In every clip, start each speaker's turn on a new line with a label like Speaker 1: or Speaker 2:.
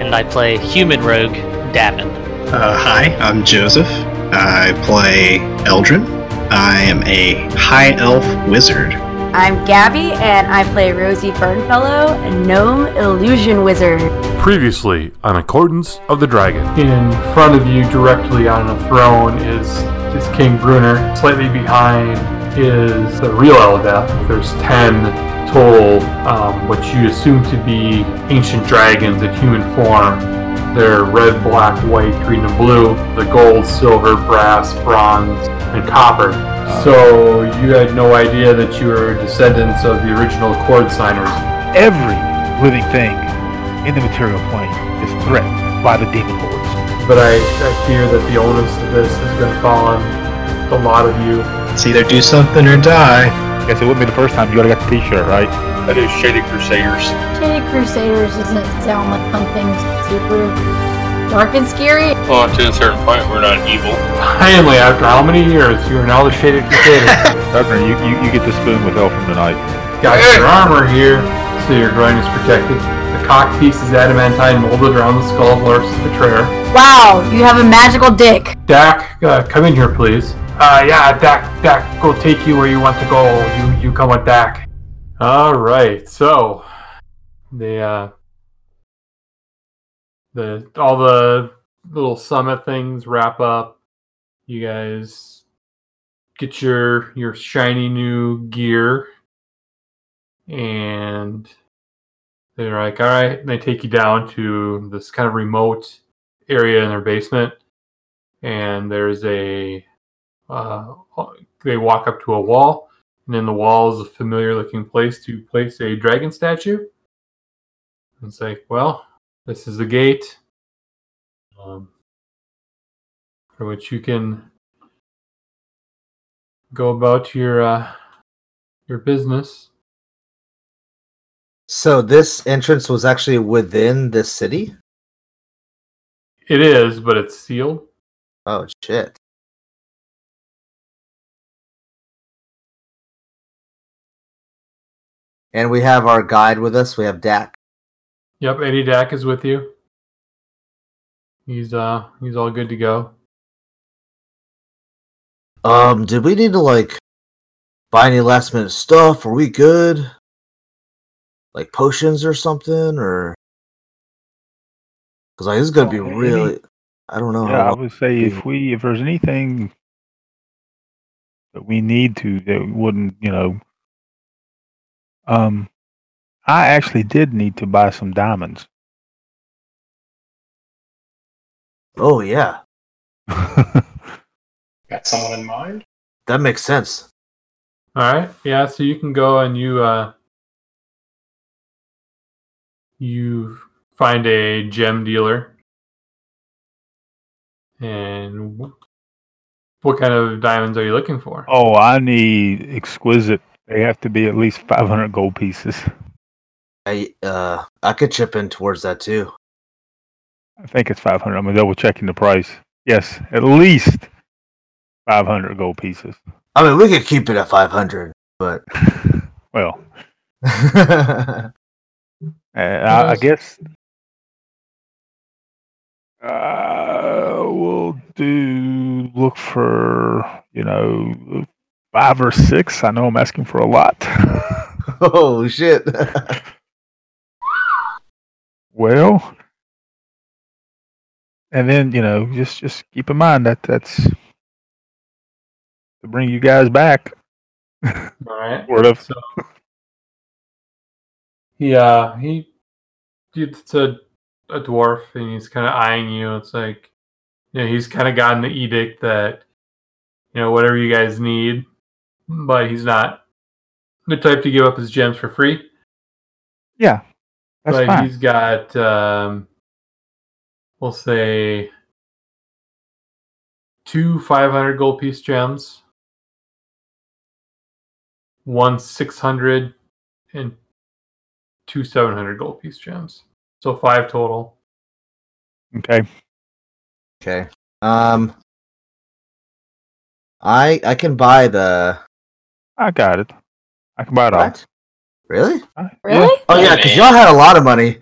Speaker 1: and I play human rogue Davin.
Speaker 2: Uh, hi, I'm Joseph. I play Eldrin. I am a high elf wizard.
Speaker 3: I'm Gabby, and I play Rosie Fernfellow, a gnome illusion wizard.
Speaker 4: Previously on Accordance of the Dragon.
Speaker 5: in front of you directly on a throne is is King Bruner. Slightly behind is the real Eldath. There's ten total, um, what you assume to be ancient dragons in human form. They're red, black, white, green, and blue. The gold, silver, brass, bronze, and copper.
Speaker 4: Uh.
Speaker 5: So you had no idea that you were descendants of the original cord signers.
Speaker 6: every living thing in the material plane is threatened by the demon lords.
Speaker 5: But I, I fear that the onus of this is going to fall on a lot of you.
Speaker 2: It's either do something or die.
Speaker 6: Guess it wouldn't be the first time you already got the T-shirt, right?
Speaker 7: That is Shady Crusaders.
Speaker 3: Shady Crusaders doesn't sound like something super dark and scary.
Speaker 7: Well, to a certain point, we're not evil.
Speaker 5: Finally, after how many years, you are now the Shaded Crusader.
Speaker 6: Governor, you, you, you get the spoon with Elfram tonight.
Speaker 5: Got your armor here, so your groin is protected. The cock piece is adamantine molded around the skull of Lars the Betrayer.
Speaker 3: Wow, you have a magical dick.
Speaker 5: Dak, uh, come in here, please. Uh, yeah, Dak, Dak, go take you where you want to go. You, you come with Dak. All right, so the uh, the all the little summit things wrap up. You guys get your your shiny new gear, and they're like, all right. And they take you down to this kind of remote area in their basement, and there's a uh, they walk up to a wall, and in the wall is a familiar looking place to place a dragon statue. And it's like, well, this is the gate um, for which you can go about your uh, your business.
Speaker 8: So this entrance was actually within this city.
Speaker 5: It is, but it's sealed.
Speaker 8: Oh shit! And we have our guide with us. We have Dak.
Speaker 5: Yep, Eddie Dak is with you. He's uh he's all good to go.
Speaker 8: Um, did we need to like buy any last minute stuff? Are we good? Like potions or something, or because like this is gonna be
Speaker 6: Oh,
Speaker 8: really. I don't know.
Speaker 6: Yeah,
Speaker 8: how
Speaker 6: I would say if
Speaker 8: Mm.
Speaker 6: we if there's anything that we need to that wouldn't you know, um, I actually did need to buy some diamonds.
Speaker 8: Oh yeah,
Speaker 2: Got someone in mind?
Speaker 8: that makes sense.
Speaker 5: All right. Yeah. So you can go and you uh, you find a gem dealer. And wh- what kind of diamonds are you looking for?
Speaker 6: oh, I need exquisite. They have to be at least 500 gold pieces.
Speaker 8: I uh, I could chip in towards that too.
Speaker 6: I think it's 500. I'm double checking the price. Yes, at least 500 gold pieces.
Speaker 8: I mean, we could keep it at five hundred, but
Speaker 6: Well,
Speaker 8: I
Speaker 6: Uh, I, I
Speaker 5: Yes.
Speaker 6: guess uh, we'll do look for you know five or six. I know I'm asking for a lot.
Speaker 8: Oh shit.
Speaker 6: well, and then you know just just keep in mind that that's to bring you guys back.
Speaker 5: All right.
Speaker 6: Sort of.
Speaker 5: So yeah, he it's a a dwarf and he's kind of eyeing you. It's like you know he's kind of gotten the edict that you know whatever you guys need, but he's not the type to give up his gems for free.
Speaker 6: Yeah, that's
Speaker 5: but
Speaker 6: fine.
Speaker 5: he's got um,
Speaker 7: we'll say two 500 gold piece gems, one 600, and two 700 gold piece gems. So five total.
Speaker 6: Okay.
Speaker 9: Okay. Um, I I can buy the
Speaker 6: I got it. I can buy it all.
Speaker 9: what? Really?
Speaker 3: Really?
Speaker 9: Oh yeah, because y'all had a lot of money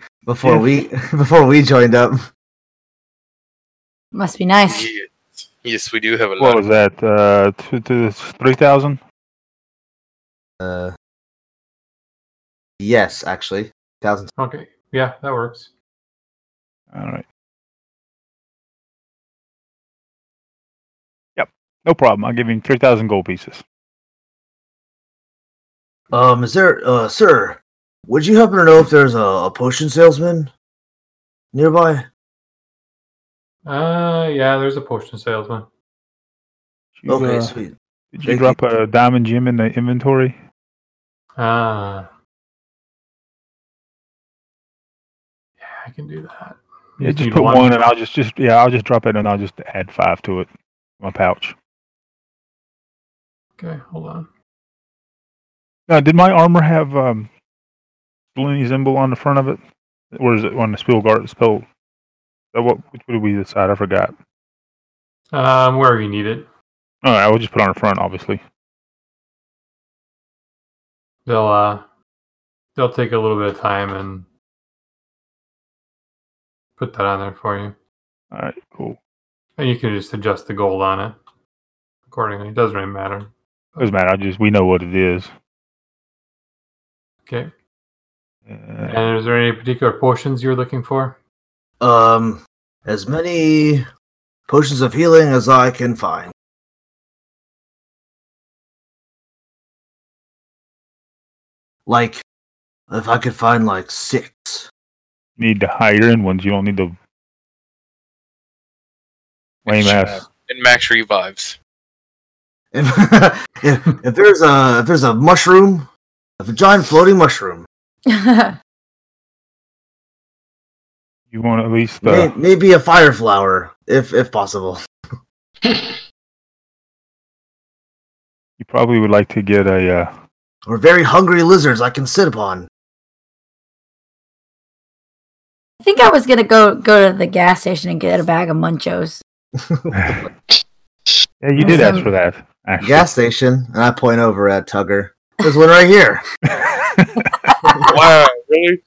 Speaker 9: before we before we joined up.
Speaker 3: Must be nice.
Speaker 8: Yes. Yes, we do have a
Speaker 6: What
Speaker 8: lot.
Speaker 6: was that? Uh, two, two, three thousand.
Speaker 9: Uh, yes, actually, thousand.
Speaker 7: Okay. Yeah, that works.
Speaker 6: All right. Yep. No problem. I'll give you three thousand gold pieces.
Speaker 9: Um, is there, uh, sir? Would you happen to know if there's a, a potion salesman nearby?
Speaker 7: Uh, yeah, there's a potion salesman.
Speaker 6: Did you,
Speaker 9: Okay,
Speaker 6: uh,
Speaker 9: sweet.
Speaker 6: Did
Speaker 9: thank
Speaker 6: you drop a diamond gem in the inventory?
Speaker 7: Ah. yeah, I can do that.
Speaker 6: Yeah, just
Speaker 7: need
Speaker 6: put one. and I'll just just yeah, I'll just drop it and I'll just add five to it. My pouch.
Speaker 7: Okay, hold on.
Speaker 6: Now, did my armor have um Bellini's symbol on the front of it? Or is it on the spiel guard spell? Uh, What, what did we decide? I forgot.
Speaker 7: Um, wherever you need it,
Speaker 6: All right, I will just put it on the front, obviously.
Speaker 7: they'll uh, they'll take a little bit of time and put that on there for you,
Speaker 6: All right, cool.
Speaker 7: and you can just adjust the gold on it accordingly. It doesn't really matter.
Speaker 6: Doesn't matter. I just we know what it is.
Speaker 7: Okay.
Speaker 6: Uh,
Speaker 7: And is there any particular potions you're looking for?
Speaker 9: Um, as many potions of healing as I can find. Like, if I could find like six.
Speaker 6: need the higher end ones. You don't need the lame ass.
Speaker 8: And max revives.
Speaker 9: If, if, if there's a if there's a mushroom, if a giant floating mushroom,
Speaker 6: You want at least
Speaker 9: may,
Speaker 6: uh,
Speaker 9: maybe a fire flower, if if possible.
Speaker 6: you probably would like to get a uh,
Speaker 9: or very hungry lizards I can sit upon.
Speaker 3: I think I was gonna go go to the gas station and get a bag of munchos.
Speaker 6: Yeah, you did ask
Speaker 3: Awesome.
Speaker 6: for that. Actually.
Speaker 9: Gas station, and I point over at Tugger. There's one right here.
Speaker 8: wow, really?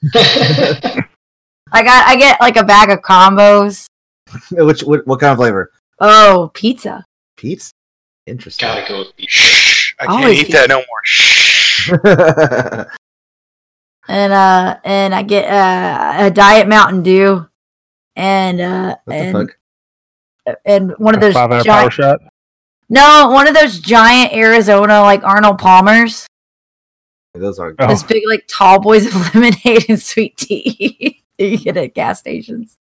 Speaker 3: I got I get like a bag of combos.
Speaker 9: Which what, what kind of flavor?
Speaker 3: Oh, pizza.
Speaker 9: Pete's interesting.
Speaker 8: Gotta go. Shh! I can't
Speaker 3: Always
Speaker 8: eat that no more. Shh!
Speaker 3: And uh and I get uh, a diet Mountain Dew and uh
Speaker 9: what the
Speaker 3: and
Speaker 9: fuck?
Speaker 3: and one of
Speaker 6: A
Speaker 3: those
Speaker 6: five out
Speaker 3: giant
Speaker 6: power shot.
Speaker 3: No, one of those giant Arizona like Arnold Palmers.
Speaker 9: Those are
Speaker 6: Oh,
Speaker 3: Those big like tall boys of lemonade and sweet tea. that you get at gas stations.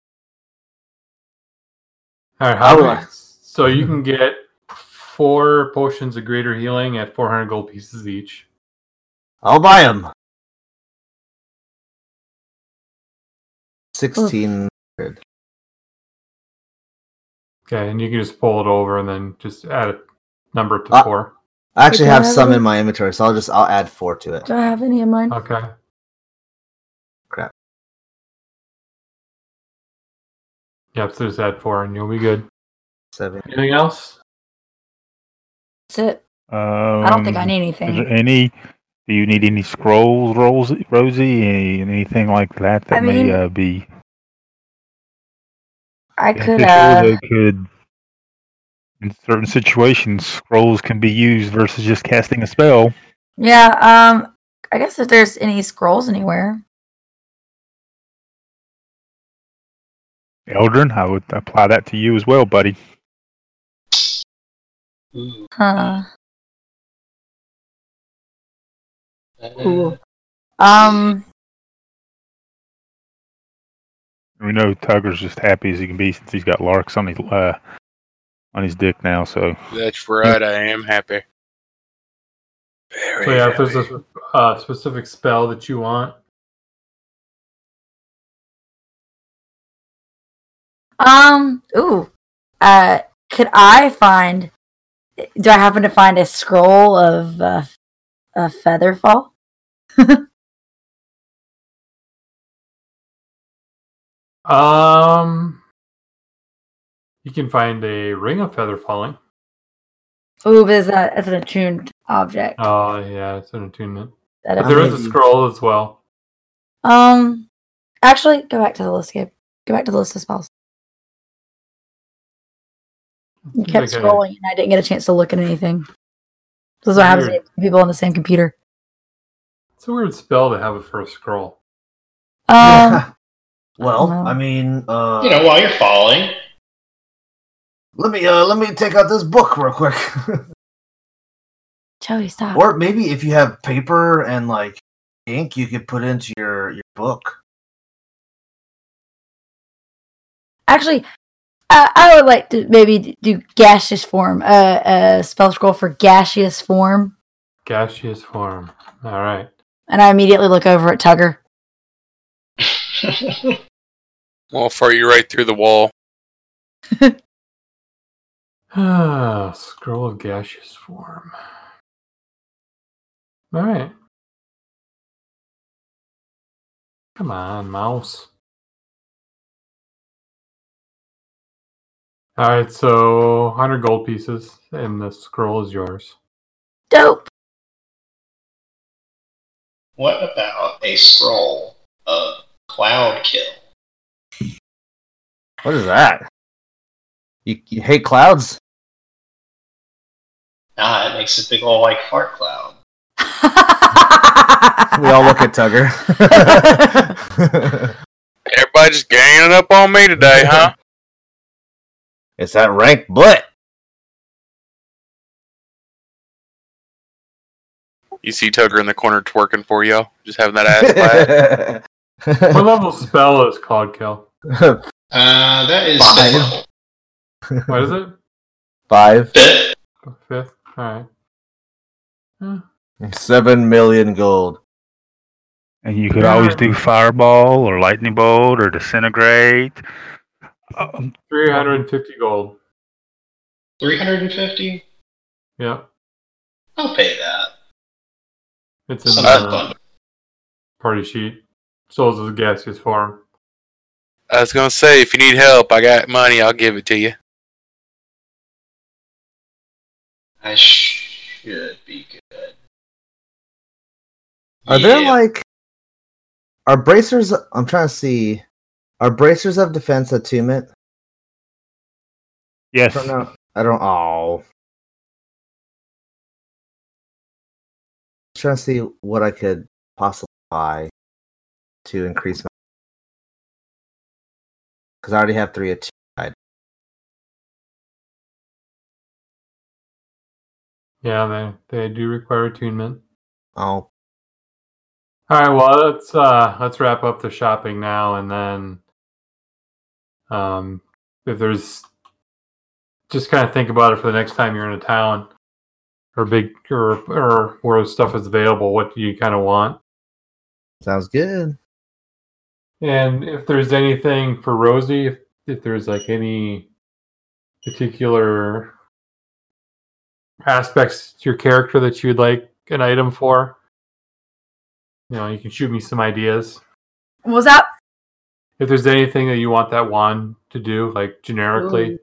Speaker 7: All right,
Speaker 9: I
Speaker 7: how
Speaker 9: would
Speaker 7: many-
Speaker 9: like-
Speaker 7: So you can get four potions of greater healing at 400 gold pieces each.
Speaker 9: I'll buy them. Sixteen.
Speaker 7: Okay, and you can just pull it over and then just add a number to
Speaker 9: Ah.
Speaker 7: four.
Speaker 9: I actually
Speaker 3: do I
Speaker 9: have
Speaker 3: have
Speaker 9: some
Speaker 3: any?
Speaker 9: in my inventory, so I'll just I'll add four to it.
Speaker 3: Do I have any in mine?
Speaker 7: Okay.
Speaker 9: Crap.
Speaker 7: Yep, so just add four and you'll be good.
Speaker 9: Seven.
Speaker 7: Anything else?
Speaker 3: That's it.
Speaker 6: um,
Speaker 3: I don't think I need
Speaker 6: Is there
Speaker 3: anything.
Speaker 6: any? Do you need any scrolls, Rosie? Rosie, any, anything like that that
Speaker 3: I
Speaker 6: may
Speaker 3: mean,
Speaker 6: uh, be
Speaker 3: I could
Speaker 6: beneficial
Speaker 3: uh
Speaker 6: that could, in certain situations, scrolls can be used versus just casting a spell.
Speaker 3: yeah, um I guess if there's any scrolls anywhere.
Speaker 6: Eldrin, I would apply that to you as well, buddy.
Speaker 3: Huh. Cool. Um
Speaker 6: We know Tugger's just happy as he can be since he's got Larks on his uh, on his dick now. So
Speaker 8: That's right. I am happy. Very
Speaker 7: So yeah, if there's
Speaker 8: happy.
Speaker 7: a uh, specific spell that you want,
Speaker 3: Um. Ooh. Uh. Could I find? Do I happen to find a scroll of uh, a feather fall?
Speaker 5: Um, you can find a ring of feather falling.
Speaker 3: Ooh, but is that that's an attuned object?
Speaker 5: Oh yeah, it's an attunement.
Speaker 3: That
Speaker 5: But
Speaker 3: it
Speaker 5: there is a
Speaker 3: maybe-
Speaker 5: scroll as well.
Speaker 3: Um. Actually, go back to the list, Gabe. Go back to the list of spells. You kept
Speaker 5: Okay.
Speaker 3: scrolling, and I didn't get a chance to look at anything. This is what happens
Speaker 5: Weird.
Speaker 3: to people on the same computer.
Speaker 5: It's a weird spell to have it for a scroll.
Speaker 3: Um.
Speaker 8: Well,
Speaker 3: Wow.
Speaker 8: I mean, uh,
Speaker 10: You know, while you're falling,
Speaker 8: let me uh, let me take out this book real quick.
Speaker 3: Joey, stop.
Speaker 8: or maybe if you have paper and like ink, you could put into your your book.
Speaker 3: Actually, I, I would like to maybe d- do gaseous form. Uh, uh, spell scroll for gaseous form,
Speaker 5: Gaseous form. All right.
Speaker 3: and I immediately look over at Tugger.
Speaker 7: I'll fart you right through the wall.
Speaker 5: Ah, scroll of gaseous form. All right. Come on, mouse. All right, so 100 gold pieces, and the scroll is yours.
Speaker 3: Dope.
Speaker 10: what about a scroll of cloud kill?
Speaker 8: What is that? You, you hate clouds?
Speaker 10: Ah, it makes a big old like fart cloud.
Speaker 8: We all look at Tugger.
Speaker 7: Everybody just ganging up on me today, huh?
Speaker 8: it's that rank butt.
Speaker 7: You see Tugger in the corner twerking for you, just having that ass flat.
Speaker 5: what level spell is Cloud Kill?
Speaker 10: Uh, that is
Speaker 8: Five.
Speaker 10: fifth
Speaker 5: What is it?
Speaker 8: Five,
Speaker 10: level.
Speaker 5: Fifth? All right.
Speaker 8: seven million gold.
Speaker 6: And you could always do fireball or lightning bolt or disintegrate. Um,
Speaker 5: 350 gold.
Speaker 10: 350?
Speaker 5: Yeah.
Speaker 10: I'll pay that.
Speaker 5: It's in
Speaker 10: Son
Speaker 5: the
Speaker 10: of a thunder.
Speaker 5: party sheet. Souls of the gaseous form.
Speaker 7: I was gonna say, if you need help, I got money. I'll give it to you.
Speaker 10: I should be good.
Speaker 8: Are there
Speaker 10: Yeah.
Speaker 8: like are bracers? I'm trying to see. Are bracers of defense attunement?
Speaker 6: yes.
Speaker 8: I don't know. I don't. Oh. Trying to see what I could possibly buy to increase my. Because I already have three attunement.
Speaker 5: Yeah, they, they do require attunement.
Speaker 8: Oh,
Speaker 5: All right, well let's uh let's wrap up the shopping now, and then um if there's just kind of think about it for the next time you're in a town or big or or where stuff is available. What do you kind of want?
Speaker 8: sounds good.
Speaker 5: And if there's anything for Rosie, if, if there's like any particular aspects to your character that you'd like an item for, you know, you can shoot me some ideas.
Speaker 3: What was that?
Speaker 5: If there's anything that you want that wand to do, like generically,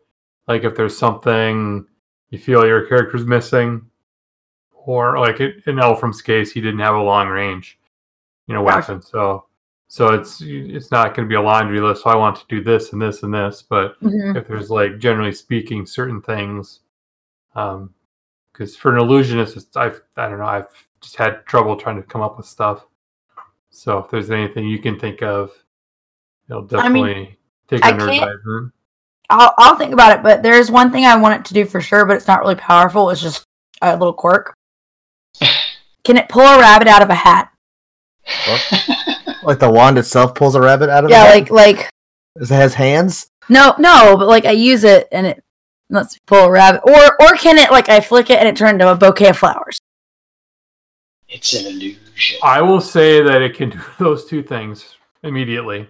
Speaker 5: like if there's something you feel your character's missing, or like it, in Elfram's case, he didn't have a long range, you know,
Speaker 3: Gotcha.
Speaker 5: weapon. So, so it's it's not going to be a laundry list. So I want to do this and this and this. But
Speaker 3: Mhm.
Speaker 5: if there's like generally speaking, certain things, um, because for an illusionist, it's, I've I don't know, I've just had trouble trying to come up with stuff. So if there's anything you can think of, it'll
Speaker 3: I mean,
Speaker 5: definitely take
Speaker 3: I
Speaker 5: under
Speaker 3: can't-
Speaker 5: advisement.
Speaker 3: I'll, I'll think about it, but there's one thing I want it to do for sure, but it's not really powerful. It's just a little quirk. Can it pull a rabbit out of a hat?
Speaker 8: Like the wand itself pulls a rabbit out of
Speaker 3: Yeah,
Speaker 8: it.
Speaker 3: like like
Speaker 8: it has hands.
Speaker 3: no no, but like I use it and it lets me pull a rabbit, or or can it like I flick it and it turned into a bouquet of flowers?
Speaker 10: It's an illusion.
Speaker 5: I will say that it can do those two things immediately.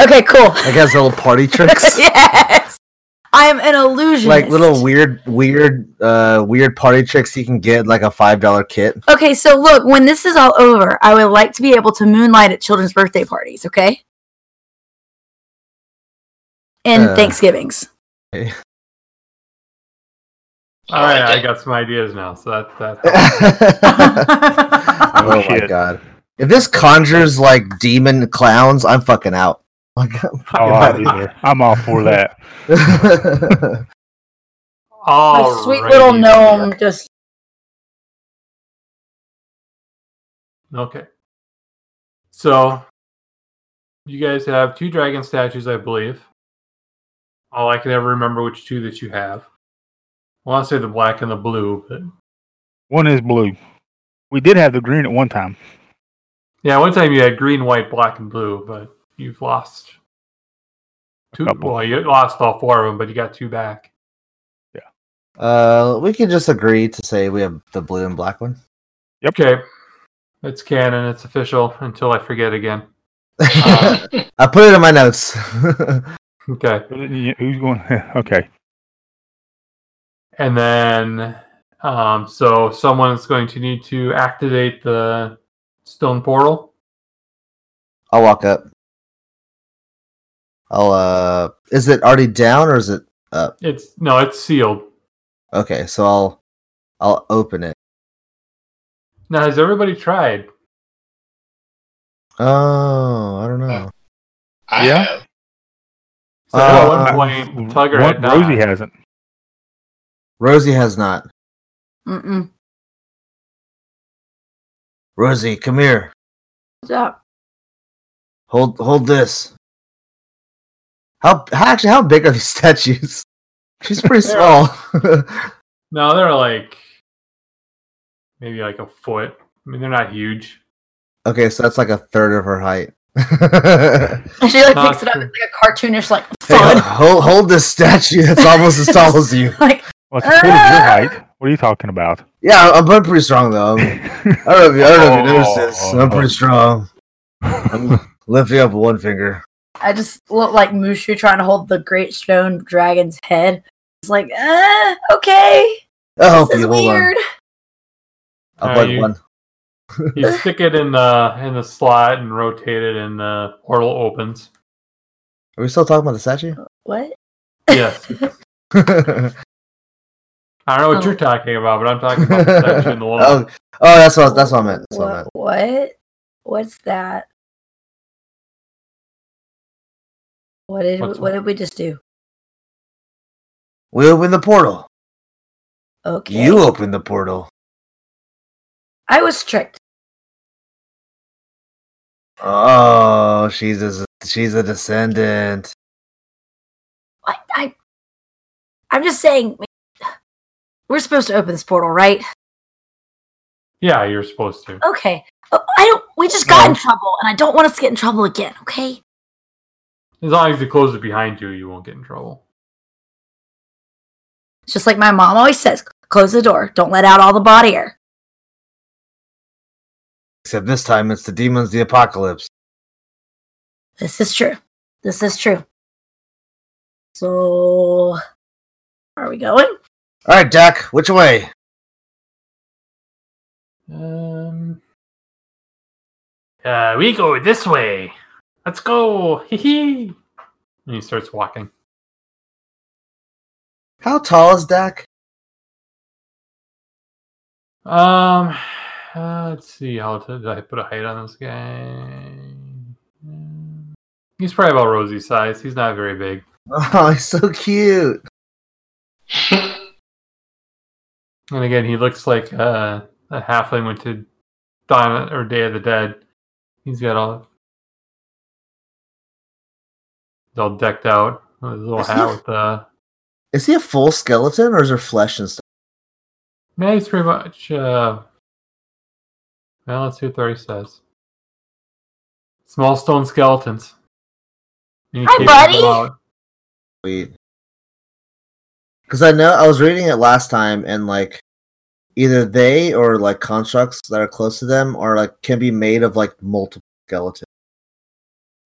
Speaker 3: Okay, cool.
Speaker 8: Like has little party tricks.
Speaker 3: yes. I am an illusionist.
Speaker 8: Like little weird, weird, uh, weird party tricks you can get like a five dollar kit.
Speaker 3: Okay, so look, when this is all over, I would like to be able to moonlight at children's birthday parties, okay? And
Speaker 5: Uh,
Speaker 3: Thanksgivings.
Speaker 5: All right, I got some ideas now. So that that.
Speaker 8: Oh, my god! If this conjures like demon clowns, I'm fucking out. Like, I'm, fucking
Speaker 6: Oh,
Speaker 8: out of
Speaker 6: I'm, I'm all for that.
Speaker 8: here.
Speaker 3: My sweet little
Speaker 5: Alrighty.
Speaker 3: gnome just
Speaker 5: Okay. So you guys have two dragon statues, I believe. All I can ever remember which two that you have. I want to say the black and the blue, but
Speaker 6: One is blue. We did have the green at one time.
Speaker 5: yeah, one time you had green, white, black, and blue, but you've lost two. Well, you lost all four of them, but you got two back.
Speaker 8: uh, we can just agree to say we have the blue and black one.
Speaker 6: Yep.
Speaker 5: Okay. It's canon. It's official until I forget again.
Speaker 8: I put it in my notes.
Speaker 5: Okay.
Speaker 6: Who's going? okay.
Speaker 5: And then, um, so someone's going to need to activate the stone portal.
Speaker 8: I'll walk up. I'll uh is it already down or is it up?
Speaker 5: It's no, it's sealed.
Speaker 8: Okay, so I'll I'll open it.
Speaker 5: Now, has everybody tried?
Speaker 8: Oh, I don't know.
Speaker 10: I
Speaker 6: Yeah.
Speaker 10: have.
Speaker 5: So
Speaker 8: Uh,
Speaker 5: at one point, Tugger
Speaker 6: One-
Speaker 5: had not.
Speaker 6: Rosie hasn't.
Speaker 8: Rosie has not.
Speaker 3: Mm-mm.
Speaker 8: Rosie, come here.
Speaker 3: What's up?
Speaker 8: Hold hold this. How, how actually how big are these statues? She's pretty
Speaker 5: They're-
Speaker 8: small.
Speaker 5: No, they're like maybe like a foot. I mean, they're not huge.
Speaker 8: okay, so that's like a third of her height.
Speaker 3: And she like
Speaker 8: Not
Speaker 3: picks it up it's like a cartoonish like
Speaker 8: Hey, uh, hold hold this statue that's almost as tall as you.
Speaker 3: like
Speaker 6: Well, it's a foot of your height. What are you talking about?
Speaker 8: Yeah, I'm, I'm pretty strong though. I'm, I don't know if you, I don't know if you noticed this.
Speaker 3: Oh.
Speaker 8: I'm pretty strong. I'm lifting up with one finger.
Speaker 3: I just look like Mushu trying to hold the great stone dragon's head. It's like, uh, okay.
Speaker 8: I'll help
Speaker 3: this is
Speaker 8: you. Oh, Hold
Speaker 3: weird.
Speaker 8: on.
Speaker 5: Uh,
Speaker 8: I'll plug
Speaker 5: you-
Speaker 8: one.
Speaker 5: You stick it in the in the slot and rotate it, and the portal opens.
Speaker 8: Are we still talking about the statue?
Speaker 3: What?
Speaker 5: Yes, I don't know what you're talking about, but I'm talking about the section in the wall.
Speaker 8: oh, oh, that's what that's what I meant. That's what I
Speaker 3: What?
Speaker 8: meant.
Speaker 3: What? What's that? What did
Speaker 8: What's
Speaker 3: what did we just do?
Speaker 8: We opened the portal.
Speaker 3: Okay.
Speaker 8: You opened the portal.
Speaker 3: I was tricked.
Speaker 8: Oh, she's a she's a descendant.
Speaker 3: I, I I'm just saying we're supposed to open this portal, right?
Speaker 5: Yeah, you're supposed to.
Speaker 3: Okay. Oh, I don't we just got in trouble and I don't want us to get in trouble again, okay?
Speaker 5: As long as you close it behind you, you won't get in trouble.
Speaker 3: It's just like my mom always says, close the door, don't let out all the body air.
Speaker 8: Except this time, it's the demons, of the apocalypse.
Speaker 3: This is true. This is true. So are we going?
Speaker 8: All right, Doc, which way?
Speaker 5: Um, uh, we go this way. Let's go. Hee hee. And he starts walking.
Speaker 8: How tall is Doc?
Speaker 5: Um, uh, let's see. How t- did I put a height on this guy? Mm, He's probably about Rosie's size. He's not very big.
Speaker 8: Oh, he's so cute.
Speaker 5: And again, he looks like uh, a halfling went to Dawn or Day of the Dead. He's got all, he's all decked out. with His little
Speaker 8: Is he
Speaker 5: hat
Speaker 8: a-
Speaker 5: with the
Speaker 8: Is he a full skeleton or is there flesh and stuff?
Speaker 5: Man, he's pretty much. Uh, well, let's see what Thirty says. Small stone skeletons. You
Speaker 3: Hi,
Speaker 5: keep them
Speaker 3: buddy.
Speaker 5: out.
Speaker 8: Wait. Because I know I was reading it last time, and like either they or like constructs that are close to them are like can be made of like multiple skeletons.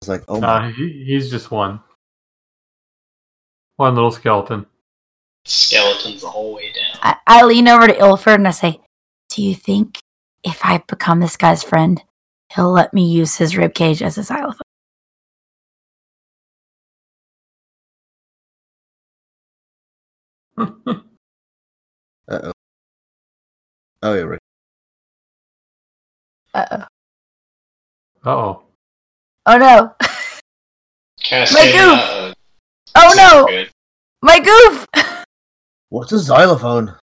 Speaker 8: was like, oh my.
Speaker 5: Uh, he, he's just one. One little skeleton.
Speaker 10: Skeletons the whole way down.
Speaker 3: I, I lean over to Ilford and I say, Do you think if I become this guy's friend, he'll let me use his ribcage as a xylophone?
Speaker 8: Uh oh. Oh, yeah, right.
Speaker 3: Uh oh.
Speaker 5: Uh oh.
Speaker 3: Oh no.
Speaker 10: Cascading
Speaker 3: goof!
Speaker 10: uh-oh.
Speaker 3: Oh
Speaker 10: Sounds
Speaker 3: no!
Speaker 10: uh, good.
Speaker 3: My goof!
Speaker 8: What's a xylophone?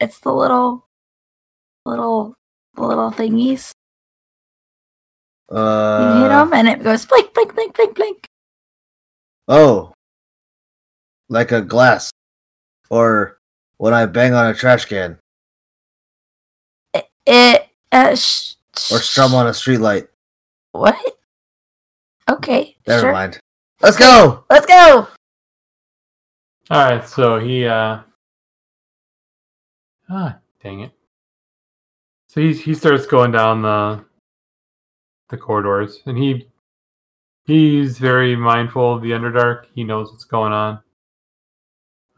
Speaker 3: It's the little, little, little thingies. You hit 'em hit
Speaker 8: Uh,
Speaker 3: them and it goes blink, blink, blink, blink, blink.
Speaker 8: oh. Like a glass. Or when I bang on a trash can.
Speaker 3: It, uh, sh-
Speaker 8: Or strum on a streetlight.
Speaker 3: what? Okay,
Speaker 8: Never
Speaker 3: sure.
Speaker 8: mind. Let's go!
Speaker 3: Let's go!
Speaker 5: All right, so he uh ah, dang it. So he he starts going down the the corridors and he he's very mindful of the underdark. He knows what's going on.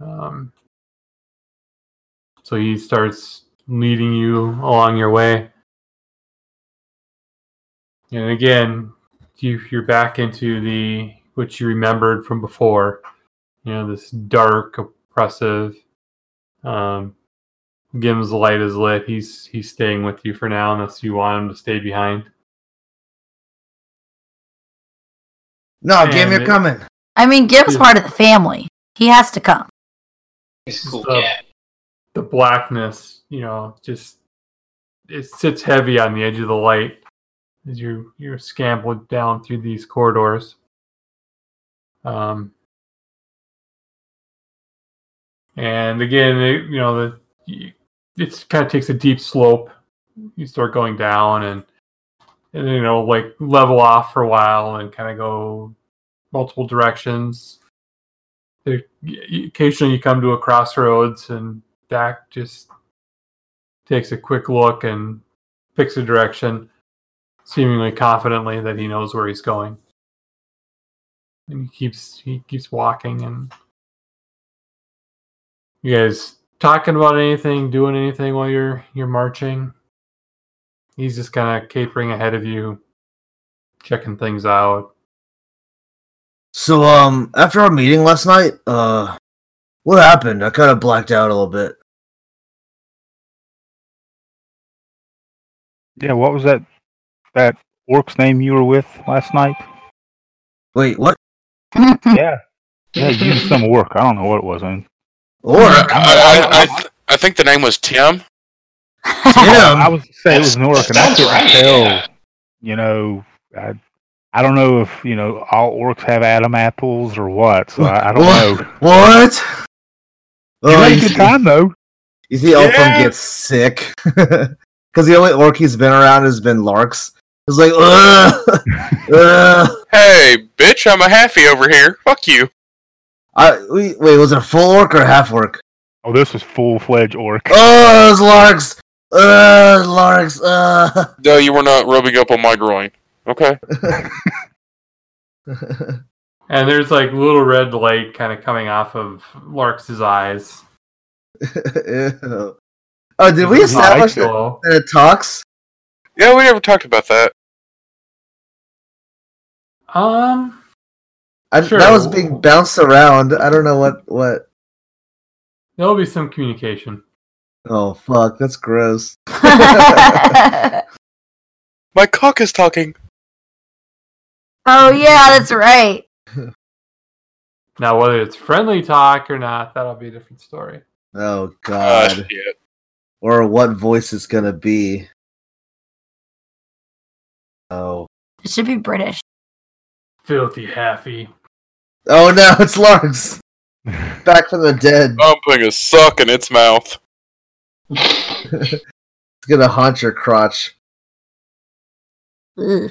Speaker 5: Um so he starts leading you along your way. And again, you you're back into the what you remembered from before you know this dark oppressive um gim's light is lit he's he's staying with you for now unless you want him to stay behind
Speaker 8: No,
Speaker 5: Man,
Speaker 8: Gim, you're
Speaker 5: it-
Speaker 8: coming.
Speaker 3: I mean, Gim's
Speaker 5: Yeah.
Speaker 3: part of the family. He has to come.
Speaker 10: He's a
Speaker 5: Just
Speaker 10: cool
Speaker 5: the-
Speaker 10: cat.
Speaker 5: the blackness you know just it sits heavy on the edge of the light as you you're scampered down through these corridors um and again it, you know the y- it's kind of takes a deep slope you start going down and and you know like level off for a while and kind of go multiple directions there, y- y- occasionally you come to a crossroads and Dak just takes a quick look and picks a direction, seemingly confidently that he knows where he's going. And he keeps he keeps walking and you guys talking about anything, doing anything while you're you're marching. He's just kinda capering ahead of you, checking things out.
Speaker 8: So, um, after our meeting last night, uh, what happened? I kind of blacked out a little bit.
Speaker 6: Yeah, what was that? That orc's name you were with last night?
Speaker 8: Wait, what? Hmm.
Speaker 6: Yeah. Yeah, you and some orc. I don't know what it was. I mean,
Speaker 8: Orc?
Speaker 7: I, I, I, I think the name was Tim.
Speaker 6: I
Speaker 8: Tim?
Speaker 6: was gonna say it was an orc, and I
Speaker 10: Sounds
Speaker 6: couldn't
Speaker 10: right,
Speaker 6: tell.
Speaker 10: yeah.
Speaker 6: You know, I, I don't know if you know all orcs have Adam apples or what. So I, I don't
Speaker 8: What?
Speaker 6: know.
Speaker 8: What?
Speaker 6: You
Speaker 8: Oh,
Speaker 6: had
Speaker 8: you
Speaker 6: a good
Speaker 8: see-
Speaker 6: time though.
Speaker 8: You see, Elfram gets sick because the only orc he's been around has been Larks. It's like, Ugh! Ugh!
Speaker 7: Hey, bitch, I'm a halfie over here. Fuck you.
Speaker 8: I, we, wait, was it full orc or half orc?
Speaker 6: Oh, this was full fledged orc.
Speaker 8: Oh, it was Larks. Uh, Larks. Uh.
Speaker 7: No, you were not rubbing up on my groin. Okay.
Speaker 5: And there's like little red light kind of coming off of Larks' eyes.
Speaker 8: Ew. Oh, did we
Speaker 5: Light
Speaker 8: establish that
Speaker 5: glow.
Speaker 8: that it talks?
Speaker 7: Yeah, we never talked about that.
Speaker 5: Um
Speaker 8: I,
Speaker 5: Sure.
Speaker 8: That was being bounced around. I don't know what what.
Speaker 5: There'll be some communication.
Speaker 8: Oh fuck, that's gross.
Speaker 3: oh
Speaker 7: My cock is talking.
Speaker 3: Oh, yeah, that's right.
Speaker 5: Now, whether it's friendly talk or not, that'll be a different story.
Speaker 8: Oh
Speaker 7: Uh,
Speaker 8: god.
Speaker 7: shit.
Speaker 8: or what voice it's gonna be. Oh.
Speaker 3: It should be British.
Speaker 5: Filthy happy.
Speaker 8: Oh no, it's Larks. Back from the dead.
Speaker 7: Pumping a suck in its mouth.
Speaker 8: It's gonna haunt your crotch.
Speaker 3: Ugh.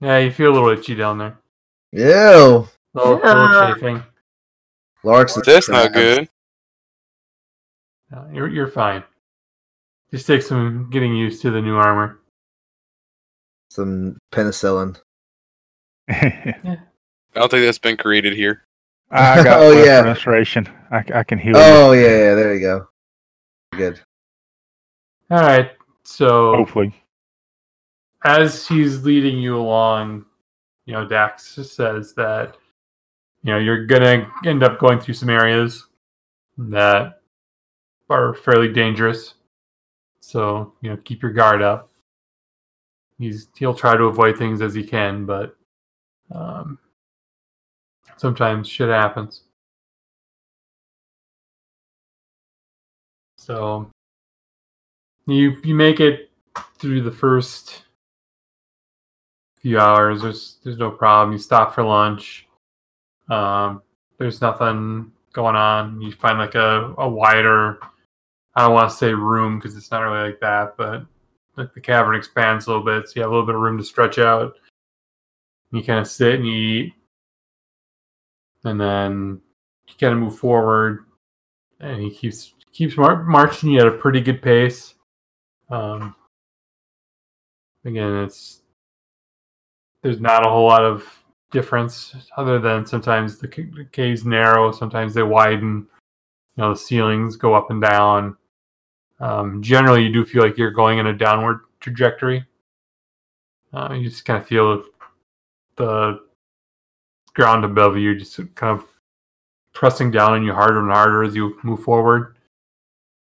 Speaker 5: Yeah, you feel a little itchy down there.
Speaker 8: Ew.
Speaker 5: A little, a little chafing.
Speaker 8: Larks is
Speaker 7: That's not good.
Speaker 5: No, you're, you're fine. Just take some getting used to the new armor.
Speaker 8: Some penicillin.
Speaker 6: I
Speaker 11: I don't think that's been created here.
Speaker 6: got
Speaker 11: Oh,
Speaker 6: oh,
Speaker 11: yeah.
Speaker 6: yeah. restoration. I, c- I can heal.
Speaker 8: Oh
Speaker 6: you.
Speaker 8: yeah, yeah, there you go. Good.
Speaker 5: All right. So
Speaker 6: Hopefully.
Speaker 5: as he's leading you along, you know, Dax says that you know you're gonna end up going through some areas that are fairly dangerous. So you know, keep your guard up. He's he'll try to avoid things as he can, but um, sometimes shit happens. So you you make it through the first few hours. There's there's no problem. You stop for lunch. Um, there's nothing going on. You find like a, a wider, I don't want to say room because it's not really like that, but like the cavern expands a little bit, so you have a little bit of room to stretch out. You kind of sit and you eat, and then you kind of move forward. And he keeps keeps mar- marching you at a pretty good pace. Um, again, it's there's not a whole lot of difference other than sometimes the, ca- the caves narrow, sometimes they widen. You know, the ceilings go up and down. Um, generally, you do feel like you're going in a downward trajectory. Uh, you just kind of feel the ground above you just kind of pressing down on you harder and harder as you move forward.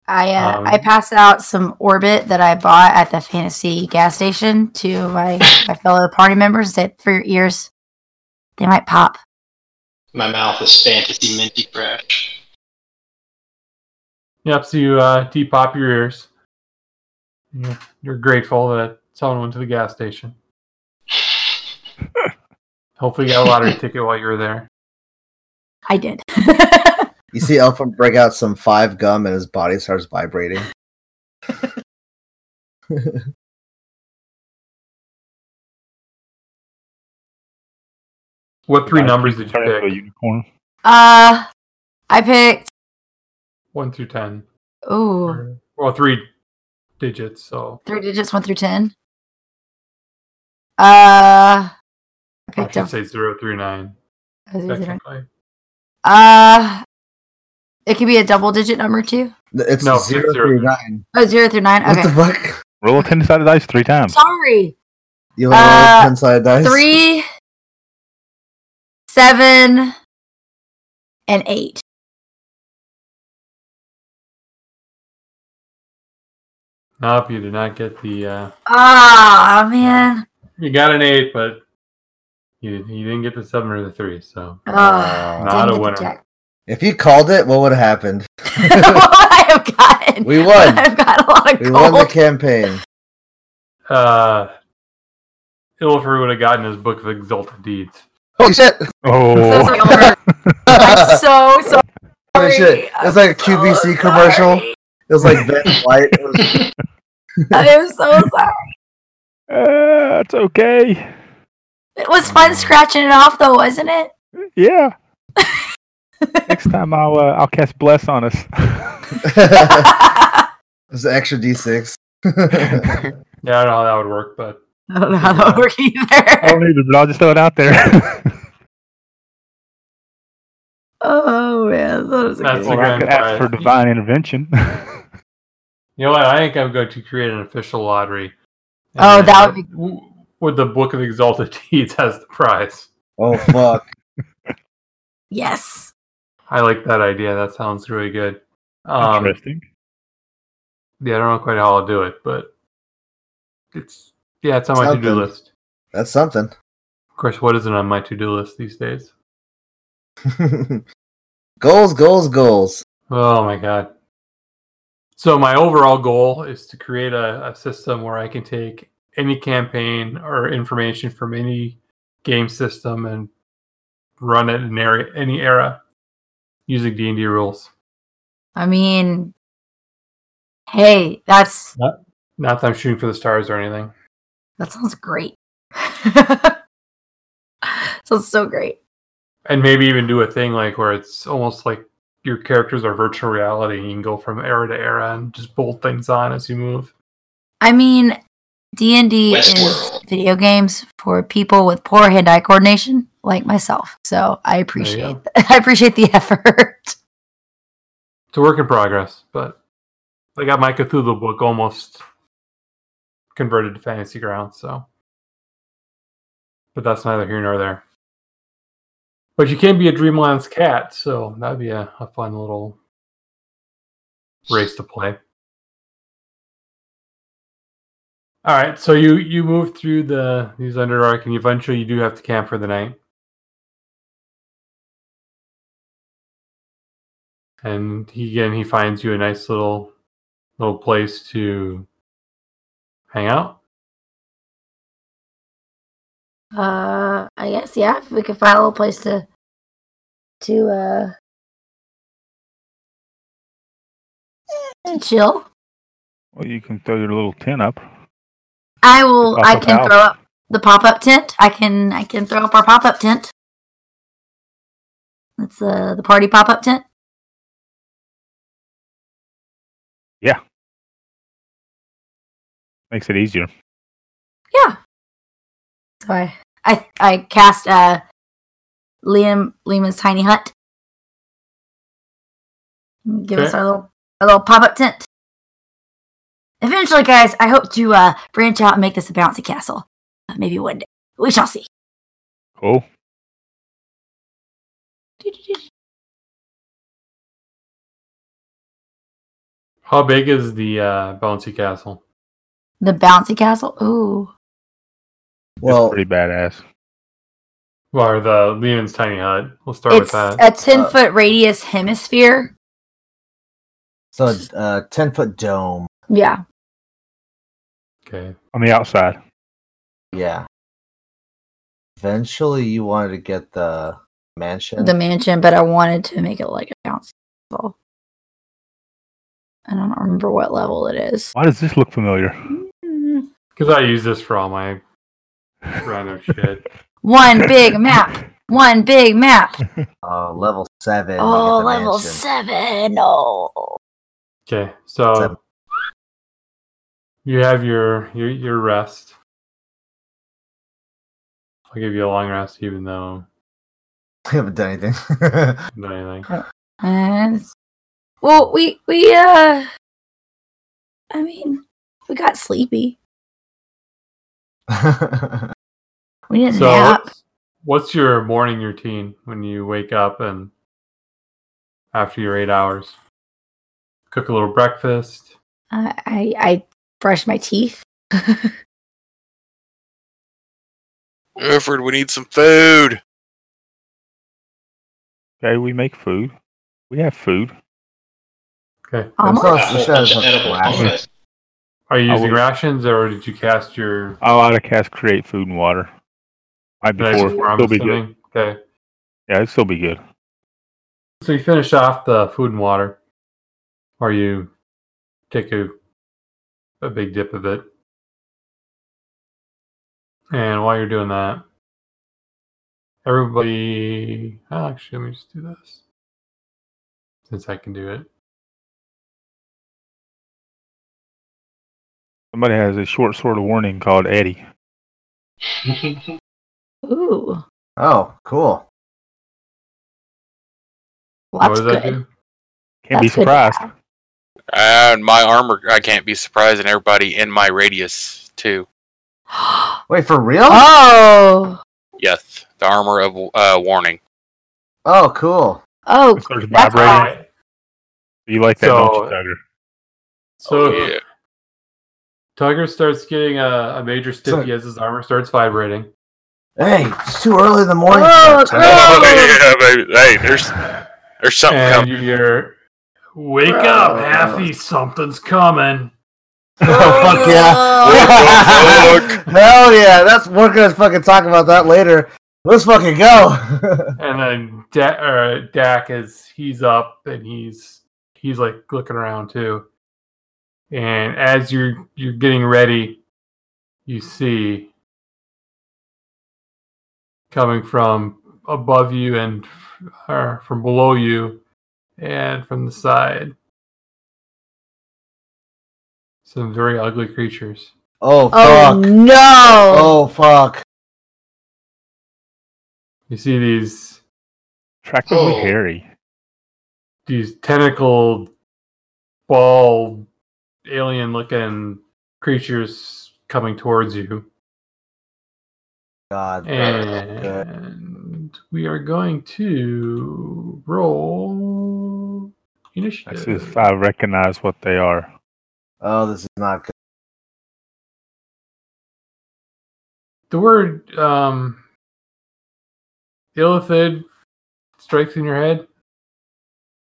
Speaker 3: I uh,
Speaker 5: Um,
Speaker 3: I passed out some orbit that I bought at the fantasy gas station to my, my fellow party members. That for your ears, they might pop.
Speaker 10: My mouth is fantasy minty fresh.
Speaker 5: Yep, so you uh, depop your ears. You're, you're grateful that someone went to the gas station. Hopefully, you got a lottery ticket while you were there.
Speaker 3: I did.
Speaker 8: You see Elfin break out some five gum and his body starts vibrating.
Speaker 5: What three
Speaker 6: I
Speaker 5: numbers did you pick?
Speaker 6: unicorn.
Speaker 3: Uh, I picked.
Speaker 5: One through ten.
Speaker 3: Ooh,
Speaker 5: Well, three digits. So
Speaker 3: three digits, one through ten. Uh, I
Speaker 5: I
Speaker 3: picked
Speaker 5: should
Speaker 3: up.
Speaker 5: say zero through nine.
Speaker 3: Oh, zero through nine.
Speaker 5: Technically,
Speaker 3: Uh, it could be a double digit number too.
Speaker 8: It's
Speaker 6: No,
Speaker 8: zero
Speaker 6: it's zero.
Speaker 8: through nine.
Speaker 3: Oh, zero through nine. Okay.
Speaker 8: What the fuck?
Speaker 6: Roll a ten sided dice three times.
Speaker 3: Sorry.
Speaker 8: You
Speaker 3: Uh,
Speaker 8: want to roll ten sided dice?
Speaker 3: Three, seven, and eight.
Speaker 5: nope. You did not get the. Uh,
Speaker 3: Ah man.
Speaker 5: you got an eight, but you you didn't get the seven or the three. So
Speaker 3: Ah,
Speaker 5: not
Speaker 3: dang
Speaker 5: a
Speaker 3: it,
Speaker 5: winner.
Speaker 3: Jack.
Speaker 8: If you called it, what would have happened?
Speaker 3: I have gotten.
Speaker 8: We won.
Speaker 3: I've got a lot of
Speaker 8: We
Speaker 3: gold.
Speaker 8: won the campaign.
Speaker 5: Uh, Illifer would have gotten his book of exalted deeds.
Speaker 8: Oh shit!
Speaker 6: Oh.
Speaker 3: I'm so sorry.
Speaker 8: Holy shit. It was like a QVC commercial. It was like Ben White. It was-
Speaker 3: I am Oh, so sorry.
Speaker 6: Uh, it's okay.
Speaker 3: It was fun scratching it off, though, wasn't it?
Speaker 6: Yeah. Next time I'll uh, I'll cast bless on us.
Speaker 8: it was an extra D6.
Speaker 5: Yeah, I don't know how that would work, but
Speaker 3: I don't know how that works either.
Speaker 6: I don't need it, but I'll just throw it out there.
Speaker 3: Oh man, that was a
Speaker 5: That's
Speaker 3: good
Speaker 5: a
Speaker 6: or
Speaker 3: one.
Speaker 6: I could ask for divine intervention.
Speaker 5: you know what? I think I'm going to create an official lottery.
Speaker 3: Oh, that would be
Speaker 5: be with the Book of Exalted Deeds as the prize.
Speaker 8: Oh fuck.
Speaker 3: yes.
Speaker 5: I like that idea. That sounds really good. Um,
Speaker 6: Interesting.
Speaker 5: Yeah, I don't know quite how I'll do it, but it's yeah, it's on my to
Speaker 8: Something.
Speaker 5: do list.
Speaker 8: That's something.
Speaker 5: Of course, what isn't on my to do list these days?
Speaker 8: goals, goals, goals.
Speaker 5: Oh my god. So my overall goal is to create a, a system where I can take any campaign or information from any game system and run it in an area, any era using D and D rules.
Speaker 3: I mean, hey, that's
Speaker 5: Not, not that I'm shooting for the stars or anything.
Speaker 3: that sounds great. sounds so great.
Speaker 5: And maybe even do a thing like where it's almost like your characters are virtual reality. You can go from era to era and just bolt things on as you move.
Speaker 3: I mean,
Speaker 12: D&D is video games for people with poor hand-eye coordination like myself. So I appreciate I appreciate the effort.
Speaker 7: It's a work in progress, but I got my Cthulhu book almost converted to Fantasy Grounds, so. But that's neither here nor there. But you can be a Dreamlands cat, so that'd be a, a fun little race to play. All right, so you you move through the these underdark, and eventually you do have to camp for the night. And he, again, he finds you a nice little little place to hang out.
Speaker 12: Uh I guess yeah, if we could find a little place to to uh to chill.
Speaker 6: Well, you can throw your little tent up.
Speaker 12: I will. I
Speaker 6: Pop-up
Speaker 12: can
Speaker 6: house.
Speaker 12: throw up the pop-up tent. I can. I can throw up our pop-up tent. That's uh, the party pop-up tent.
Speaker 6: Yeah. Makes it easier.
Speaker 12: Yeah. So I I I cast uh Liam Lima's tiny hut. Give us
Speaker 10: Okay.
Speaker 12: our little our little pop-up tent. Eventually, guys, I hope to uh branch out and make this a bouncy castle. Uh, Maybe one day. We shall see.
Speaker 6: Cool.
Speaker 7: How big is the uh, bouncy castle?
Speaker 12: The bouncy castle. Ooh.
Speaker 8: Well,
Speaker 6: pretty badass.
Speaker 7: Or the Leon's tiny hut. We'll start
Speaker 12: It's
Speaker 7: with
Speaker 12: a
Speaker 7: that.
Speaker 12: 10 foot radius hemisphere.
Speaker 8: So uh, ten foot dome.
Speaker 12: Yeah.
Speaker 7: Okay.
Speaker 6: On the outside.
Speaker 8: Yeah. Eventually, you wanted to get the mansion.
Speaker 12: The mansion, but I wanted to make it like a bouncy castle. I don't remember what level it is.
Speaker 6: Why does this look familiar?
Speaker 7: Because I use this for all my random shit.
Speaker 12: One big map. One big map.
Speaker 8: Uh, level seven. you
Speaker 12: Oh,
Speaker 8: get the
Speaker 12: level
Speaker 8: mansion.
Speaker 12: seven. Oh.
Speaker 7: Okay, so you have your, your your rest. I'll give you a long rest, even though
Speaker 8: I haven't done anything.
Speaker 7: not anything.
Speaker 12: And well, we, we, uh, I mean, we got sleepy. We didn't
Speaker 7: So
Speaker 12: nap.
Speaker 7: what's, what's your morning routine when you wake up and after your eight hours? Cook a little breakfast.
Speaker 12: Uh, I, I brushed my teeth.
Speaker 11: Ilford, we need some food.
Speaker 6: Okay, we make food. We have food.
Speaker 7: Okay.
Speaker 6: Almost.
Speaker 7: Are you
Speaker 6: I
Speaker 7: using
Speaker 6: will-
Speaker 7: rations or did you cast your
Speaker 6: I'll out of cast create food and water. Might be
Speaker 7: Nice,
Speaker 6: four.
Speaker 7: four, I'm
Speaker 6: Still be good.
Speaker 7: assuming. Okay.
Speaker 6: Yeah, it'd still be good.
Speaker 7: So you finish off the food and water, or you take a a big dip of it. And while you're doing that, everybody, oh, actually, let me just do this since I can do it.
Speaker 6: Somebody has a short sword of warning called Eddie.
Speaker 12: Ooh.
Speaker 8: Oh, cool.
Speaker 12: Well, that's
Speaker 11: does that
Speaker 12: good.
Speaker 11: do?
Speaker 6: Can't be
Speaker 12: That's good.
Speaker 6: surprised.
Speaker 11: And my armor, I can't be surprised, and everybody in my radius too.
Speaker 8: Wait for real?
Speaker 12: Oh.
Speaker 11: Yes, the armor of uh, warning.
Speaker 8: Oh, cool.
Speaker 12: Oh,
Speaker 6: starts
Speaker 11: that's
Speaker 6: vibrating. You like that, don't you, Tiger?
Speaker 7: So
Speaker 11: yeah.
Speaker 7: Tugger starts getting a, a major stiffy as his armor starts vibrating.
Speaker 8: Hey, it's too early in the morning.
Speaker 12: Oh,
Speaker 11: yeah, baby. Hey, there's there's something
Speaker 7: and
Speaker 11: coming.
Speaker 7: you hear, Oh, "Wake up, Happy! Something's coming."
Speaker 8: Oh,
Speaker 12: Oh,
Speaker 8: Fuck yeah. Hell yeah. That's we're gonna fucking talk about that later. Let's fucking go.
Speaker 7: and then da- uh, Dak is he's up and he's he's like looking around too. And as you're you're getting ready, you see coming from above you and or from below you and from the side some very ugly creatures.
Speaker 8: Oh fuck.
Speaker 3: Oh no!
Speaker 8: Oh fuck.
Speaker 5: You see these
Speaker 6: Attractively hairy.
Speaker 5: these tentacled, bald, alien-looking creatures coming towards you.
Speaker 8: God.
Speaker 5: And we are going to roll
Speaker 6: This
Speaker 5: initiative.
Speaker 6: is I recognize what they are.
Speaker 8: Oh, this is not good.
Speaker 5: The word um, illithid strikes in your head.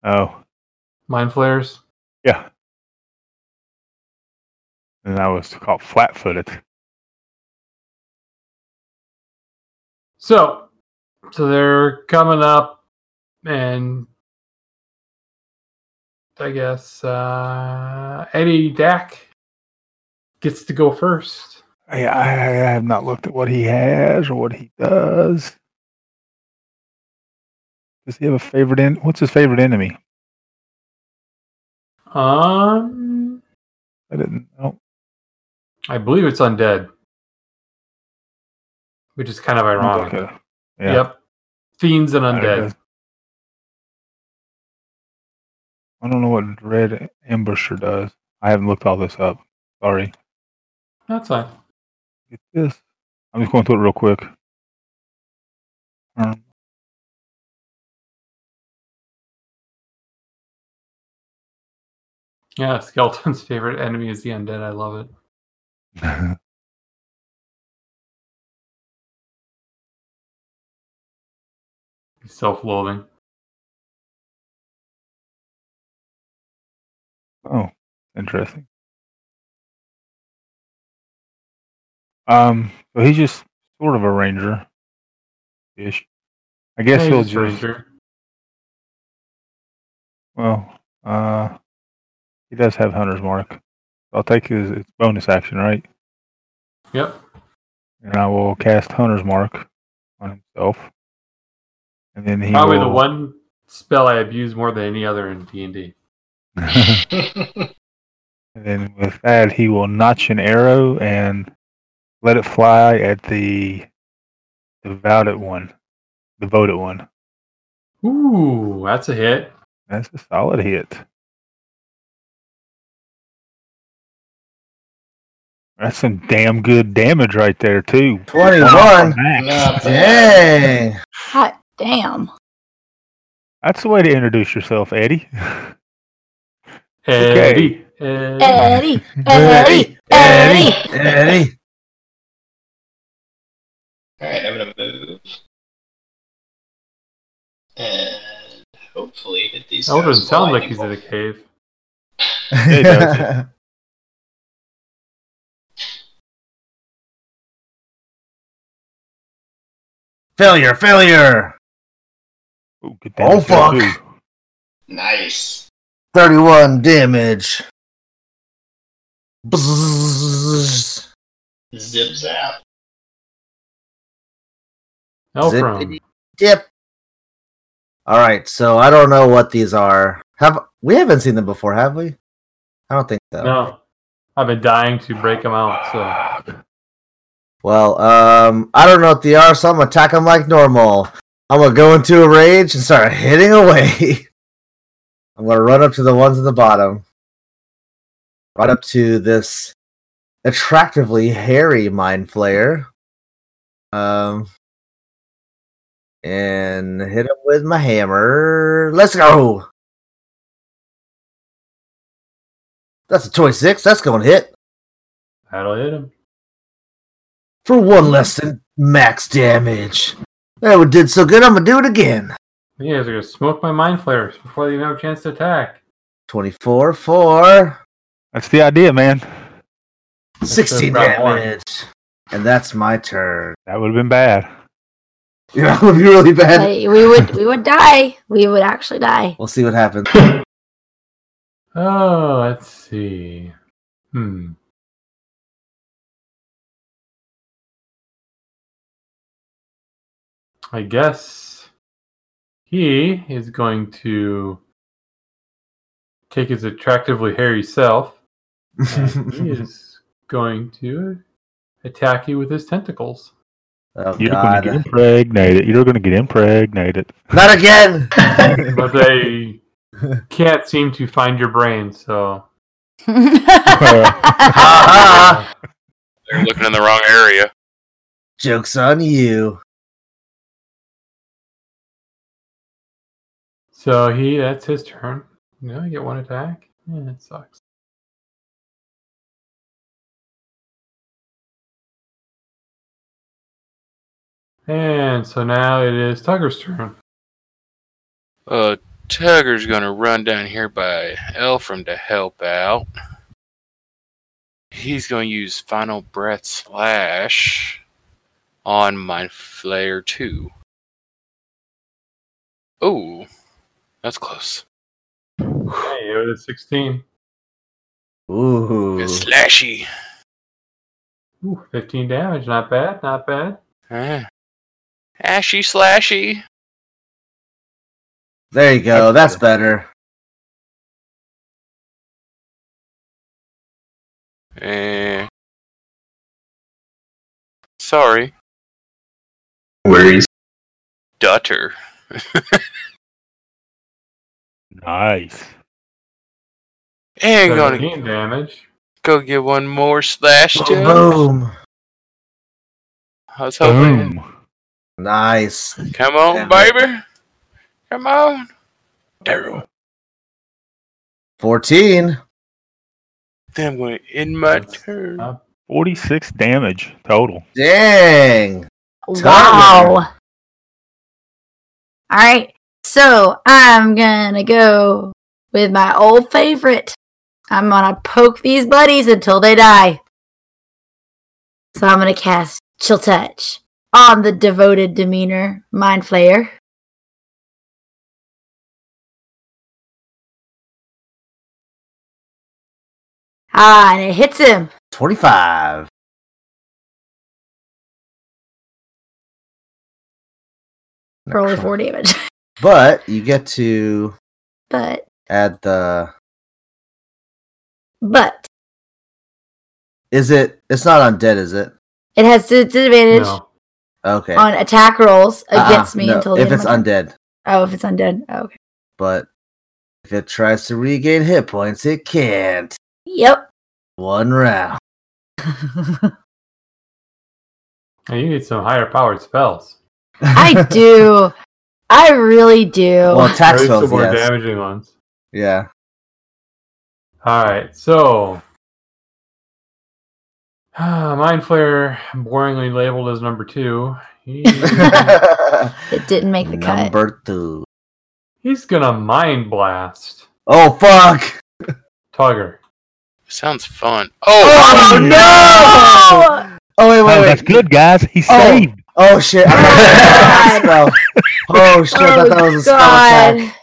Speaker 6: Oh,
Speaker 5: Mind flares.
Speaker 6: yeah. And I was called flat-footed.
Speaker 5: So, so they're coming up, and I guess uh, Eddie Dak gets to go first.
Speaker 6: I, I, I have not looked at what he has or what he does. Does he have a favorite? En- What's his favorite enemy?
Speaker 5: Um,
Speaker 6: I didn't. know.
Speaker 5: I believe it's undead, which is kind of ironic.
Speaker 6: Okay. Yeah.
Speaker 5: Yep, fiends and
Speaker 6: Alright,
Speaker 5: undead.
Speaker 6: that's- I don't know what Dread Ambusher does. I haven't looked all this up. Sorry.
Speaker 5: That's fine.
Speaker 6: It's this. I'm just going through it real quick. Um,
Speaker 5: Yeah, Skeleton's favorite enemy is the undead. I love it.
Speaker 6: Oh,
Speaker 5: He's self-loathing.
Speaker 6: Oh, interesting. Um, so he's just sort of a ranger, ish. I guess
Speaker 5: Yeah,
Speaker 6: he'll
Speaker 5: he's
Speaker 6: just
Speaker 5: a stranger.
Speaker 6: well. Uh, he does have hunter's mark. I'll take his, his bonus action, right?
Speaker 5: Yep.
Speaker 6: And I will cast hunter's mark on himself, and then he
Speaker 5: Probably the
Speaker 6: will-
Speaker 5: one spell I abuse more than any other in D and D.
Speaker 6: And then with that, he will notch an arrow and let it fly at the devoted one, devoted one.
Speaker 5: Ooh, that's a hit.
Speaker 6: That's a solid hit. That's some damn good damage right there, too.
Speaker 8: 21.
Speaker 10: Not bad.
Speaker 8: Dang.
Speaker 3: Hot damn!
Speaker 6: That's the way to introduce yourself, Eddie.
Speaker 5: Eddie. Eddie.
Speaker 3: Eddie, Eddie, Eddie.
Speaker 8: Eddie.
Speaker 10: Alright, I'm gonna move. And hopefully hit these.
Speaker 5: That doesn't
Speaker 10: guys with
Speaker 5: sound like
Speaker 10: lightning
Speaker 5: he's in a cave.
Speaker 6: Hey, does it.
Speaker 8: failure, failure.
Speaker 6: Ooh, good
Speaker 8: Oh,
Speaker 6: damage there,
Speaker 8: fuck.
Speaker 6: too.
Speaker 10: bolt. Nice.
Speaker 8: 31 damage. Bzzz.
Speaker 10: Zip zap.
Speaker 5: Elfram.
Speaker 8: Yep. All right, so I don't know what these are. Have we haven't seen them before, have we? I don't think so.
Speaker 5: No, I've been dying to break him out. So
Speaker 8: Well, um, I don't know what they are, so I'm gonna attack them like normal. I'm gonna go into a rage and start hitting away. I'm gonna run up to the ones in the bottom. Right up to this attractively hairy mind flayer. Um and hit him with my hammer. Let's go. That's a 26. That's going to hit
Speaker 5: that'll hit him.
Speaker 8: for one less than max damage. That one did so good, I'm gonna do it again.
Speaker 5: You guys are gonna smoke my mind flares before they even have a chance to attack.
Speaker 8: 24 for
Speaker 6: That's the idea, man.
Speaker 8: 16
Speaker 5: round one.
Speaker 8: damage. And that's my turn.
Speaker 6: That would have been bad.
Speaker 8: Yeah, that would be really bad.
Speaker 3: Like, we would, we would die. We would actually die.
Speaker 8: We'll see what happens.
Speaker 5: Oh, let's see. Hmm. I guess he is going to take his attractively hairy self. and he is going to attack you with his tentacles.
Speaker 8: Oh,
Speaker 6: You're going to get impregnated. You're going to get impregnated.
Speaker 8: Not again!
Speaker 5: but they can't seem to find your brain, so.
Speaker 8: Uh-huh.
Speaker 11: They're looking in the wrong area.
Speaker 8: Joke's on you.
Speaker 5: So he, that's his turn. No, you get one attack. Yeah, that sucks. And so now it is Tugger's turn.
Speaker 11: Uh, Tugger's gonna run down here by Elfram to help out. He's gonna use Final Breath Slash on my Flare 2. Oh, that's close.
Speaker 5: Hey, it was 16.
Speaker 8: Ooh.
Speaker 11: It's slashy.
Speaker 5: Ooh, 15 damage. Not bad, not bad.
Speaker 11: Ashy slashy.
Speaker 8: There you go. That's better.
Speaker 11: Eh. Sorry.
Speaker 2: Worries.
Speaker 11: Dutter.
Speaker 6: Nice.
Speaker 11: And gonna
Speaker 5: 17 damage.
Speaker 11: go get one more slash to
Speaker 8: Boom.
Speaker 11: I was
Speaker 6: Hmm.
Speaker 11: hoping.
Speaker 8: Nice.
Speaker 11: Come on,
Speaker 8: Damn it.
Speaker 11: baby. Come on. Daryl.
Speaker 8: 14.
Speaker 11: Then I'm going to end my turn.
Speaker 6: 46 damage total.
Speaker 8: Dang.
Speaker 3: Wow. All right. So I'm going to go with my old favorite. I'm going to poke these buddies until they die. So I'm going to cast Chill Touch on the devoted demeanor Mind Flayer. Ah, and it hits him.
Speaker 8: 25.
Speaker 3: for only four damage.
Speaker 8: But you get to
Speaker 3: But
Speaker 8: add the.
Speaker 3: but
Speaker 8: Is it. It's not undead, is it?
Speaker 3: it has disadvantage
Speaker 8: Okay.
Speaker 3: on attack rolls
Speaker 8: Uh-uh,
Speaker 3: against me
Speaker 8: no,
Speaker 3: until the
Speaker 8: If
Speaker 3: end of
Speaker 8: it's
Speaker 3: my turn.
Speaker 8: undead.
Speaker 3: Oh, if it's undead. Oh, okay.
Speaker 8: But if it tries to regain hit points, it can't.
Speaker 3: Yep.
Speaker 8: One round.
Speaker 5: Hey, you need some higher powered spells.
Speaker 3: I do. I really do.
Speaker 8: Well,
Speaker 5: Or at
Speaker 8: attack
Speaker 5: least
Speaker 8: spells,
Speaker 5: the more
Speaker 8: yes.
Speaker 5: damaging ones.
Speaker 8: Yeah.
Speaker 5: All right, so Mind Flayer, boringly labeled as number two. He,
Speaker 3: it didn't make the cut.
Speaker 8: Number two.
Speaker 5: he's gonna mind blast
Speaker 8: Oh, fuck.
Speaker 5: Tugger.
Speaker 11: Sounds fun.
Speaker 3: Ah!
Speaker 8: Oh, no! Oh, wait, wait,
Speaker 6: Oh,
Speaker 8: wait.
Speaker 6: that's good, guys. He
Speaker 8: Oh.
Speaker 6: saved.
Speaker 8: Oh shit! I thought that was a spell. Oh shit! I thought that was a spell
Speaker 3: God.
Speaker 8: attack.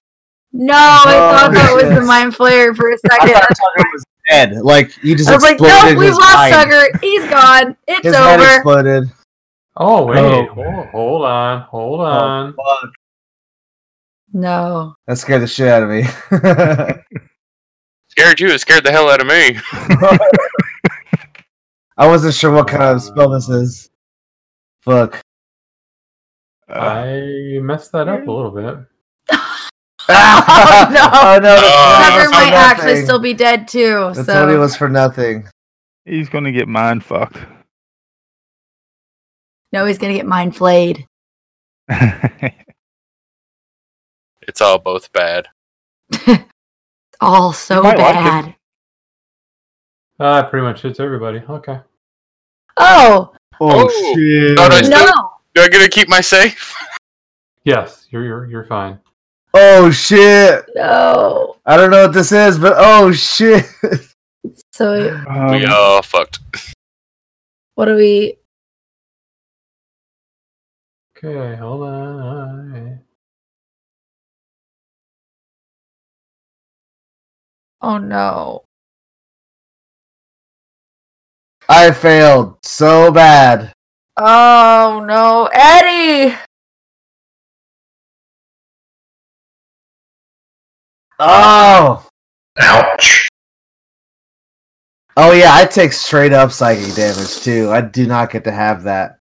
Speaker 3: No, I
Speaker 8: Oh,
Speaker 3: thought that was the
Speaker 8: yes.
Speaker 3: mind flayer for a second. I,
Speaker 8: Dead. Like you just
Speaker 3: was like,
Speaker 8: exploded
Speaker 3: nope, we
Speaker 8: his
Speaker 3: lost
Speaker 8: mind.
Speaker 3: Tugger. He's gone. It's
Speaker 8: His head
Speaker 3: over.
Speaker 8: exploded.
Speaker 5: Oh wait,
Speaker 8: Oh.
Speaker 5: Hold, hold on, hold on.
Speaker 3: No.
Speaker 8: That scared the shit out of me.
Speaker 11: Scared you. It scared the hell out of me.
Speaker 8: I wasn't sure what kind of spell this is. Fuck.
Speaker 6: Uh.
Speaker 5: I messed that up a little bit.
Speaker 3: Oh no.
Speaker 8: Oh no!
Speaker 3: Tugger
Speaker 8: That's
Speaker 3: might actually
Speaker 8: nothing.
Speaker 3: still be dead too.
Speaker 8: That's
Speaker 3: so
Speaker 8: only was for nothing.
Speaker 6: He's going to get mind fucked.
Speaker 3: no, he's gonna get mind flayed.
Speaker 11: It's all both bad.
Speaker 3: All so
Speaker 6: might like it.
Speaker 3: bad.
Speaker 5: Ah, it pretty much hits everybody. Okay.
Speaker 3: oh
Speaker 11: Oh,
Speaker 6: shit.
Speaker 11: Thought I still-
Speaker 3: no!
Speaker 11: do I get to keep my safe?
Speaker 5: Yes, you're you're you're fine.
Speaker 8: Oh shit!
Speaker 3: No.
Speaker 8: I don't know what this is, but oh shit!
Speaker 3: So
Speaker 11: we
Speaker 6: Um,
Speaker 11: all fucked.
Speaker 3: what do we?
Speaker 5: Okay, hold on.
Speaker 3: Oh no.
Speaker 8: I failed so bad.
Speaker 3: Oh no, Eddie!
Speaker 8: Oh.
Speaker 2: Ouch.
Speaker 8: Oh yeah, I take straight up psychic damage too. I do not get to have that.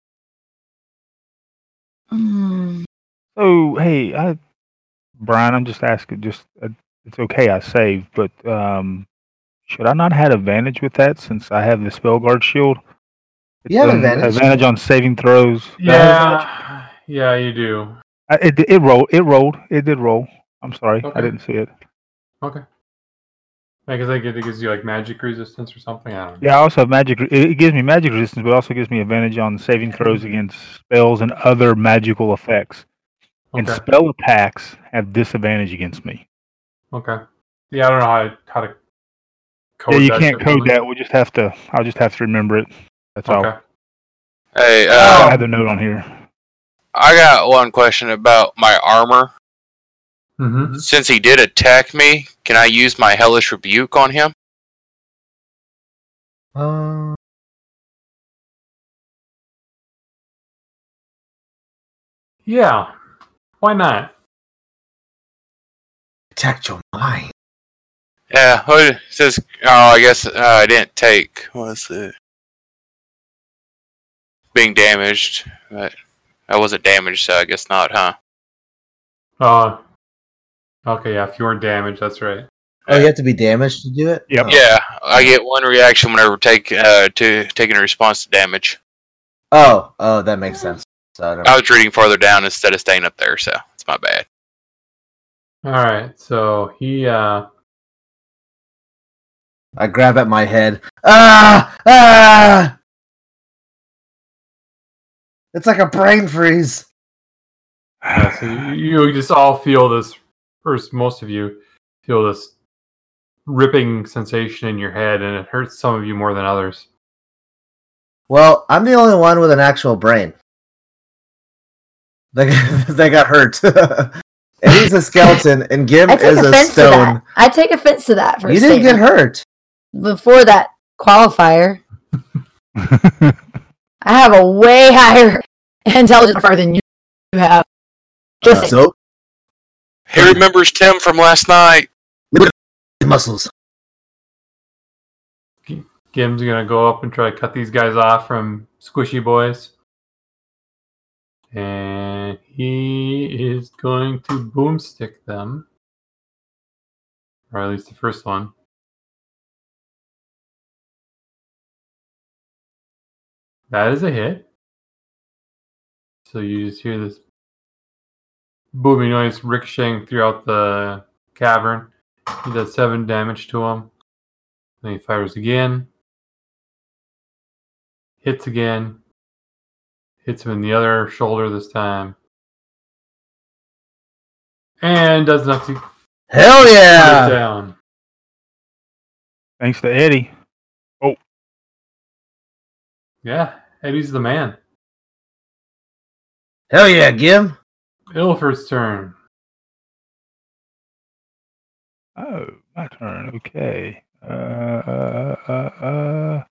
Speaker 6: So oh, hey, I, Brian, I'm just asking. Just uh, it's okay. I saved, but um, should I not had advantage with that since I have the spell guard shield?
Speaker 8: You have
Speaker 6: um,
Speaker 8: advantage.
Speaker 6: Advantage on saving throws.
Speaker 5: Yeah, yeah, you do.
Speaker 6: I, Uh, it it rolled. It rolled. It did roll. I'm sorry,
Speaker 5: Okay.
Speaker 6: I didn't see it.
Speaker 5: Okay. I guess I get it gives you like magic resistance or something. I don't know.
Speaker 6: Yeah, I also have magic. re- It it gives me magic resistance, but it also gives me advantage on saving throws against spells and other magical effects. And
Speaker 5: Okay.
Speaker 6: spell attacks have disadvantage against me.
Speaker 5: Okay. Yeah, I don't know how to, how to
Speaker 6: yeah, you
Speaker 5: that
Speaker 6: can't code
Speaker 5: differently.
Speaker 6: that. We'll just have to. I'll just have to remember it. That's all.
Speaker 5: Okay. Oh.
Speaker 11: Hey,
Speaker 6: I
Speaker 11: uh,
Speaker 6: have the note on here.
Speaker 11: I got one question about my armor.
Speaker 5: Mm-hmm.
Speaker 11: Since he did attack me, can I use my hellish rebuke on him?
Speaker 8: Uh,
Speaker 5: Yeah. Why not?
Speaker 8: Protect your mind.
Speaker 11: Yeah. who- it Says, oh, I guess uh, I didn't take. What's it? Being damaged, but I wasn't damaged, so I guess not, huh?
Speaker 5: Uh, okay, yeah, if you weren't damaged, that's right.
Speaker 8: Oh, you have to be damaged to do it.
Speaker 6: Yep.
Speaker 11: Yeah, I get one reaction whenever take uh to taking a response to damage.
Speaker 8: Oh, oh, that makes sense. So I don't
Speaker 11: I was reading farther down instead of staying up there, so it's my bad.
Speaker 5: All right, so he uh
Speaker 8: I grab at my head. Ah! Ah! It's like a brain freeze.
Speaker 5: Yeah, so you, you just all feel this, or s- most of you feel this ripping sensation in your head, and it hurts some of you more than others.
Speaker 8: Well, I'm the only one with an actual brain. They, they got hurt. and he's a skeleton, and Gim
Speaker 3: I take
Speaker 8: is a
Speaker 3: offense to that.
Speaker 8: stone.
Speaker 3: I take offense to that. For a
Speaker 8: You didn't get
Speaker 3: statement.
Speaker 8: hurt.
Speaker 3: before that qualifier. I have a way higher intelligence far than you you have. Just saying.
Speaker 8: So,
Speaker 11: He remembers Tim from last night.
Speaker 8: muscles.
Speaker 5: Gim's gonna go up and try to cut these guys off from Squishy Boys, and he is going to boomstick them, or at least the first one. That is a hit. So you just hear this booming noise ricocheting throughout the cavern. He does seven damage to him. Then he fires again. Hits again. Hits him in the other shoulder this time. And does enough to
Speaker 8: Hell
Speaker 5: put it
Speaker 8: yeah!
Speaker 5: down.
Speaker 6: Thanks to Eddie.
Speaker 5: Yeah, Eddie's the man.
Speaker 8: Hell yeah, Gim.
Speaker 5: Ilford's turn.
Speaker 6: Oh, my turn. Okay. Uh, uh, uh, uh.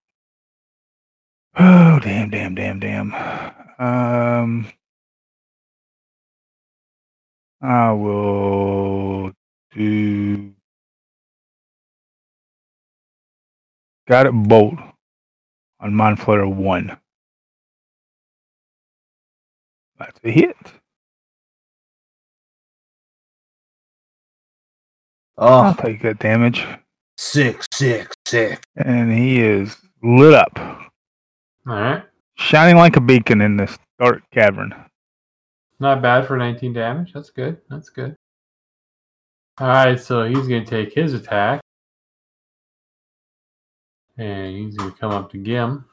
Speaker 6: Oh, damn, damn, damn, damn. Um, I will do. Got it, bolt on Mind Flayer 1. That's a hit. I'll
Speaker 8: Oh,
Speaker 6: take that damage.
Speaker 8: sick, sick, sick.
Speaker 6: And he is lit up.
Speaker 5: Alright.
Speaker 6: shining like a beacon in this dark cavern.
Speaker 5: Not bad for 19 damage. That's good. That's good. Alright, so he's going to take his attack. And he's going to come up to Gim.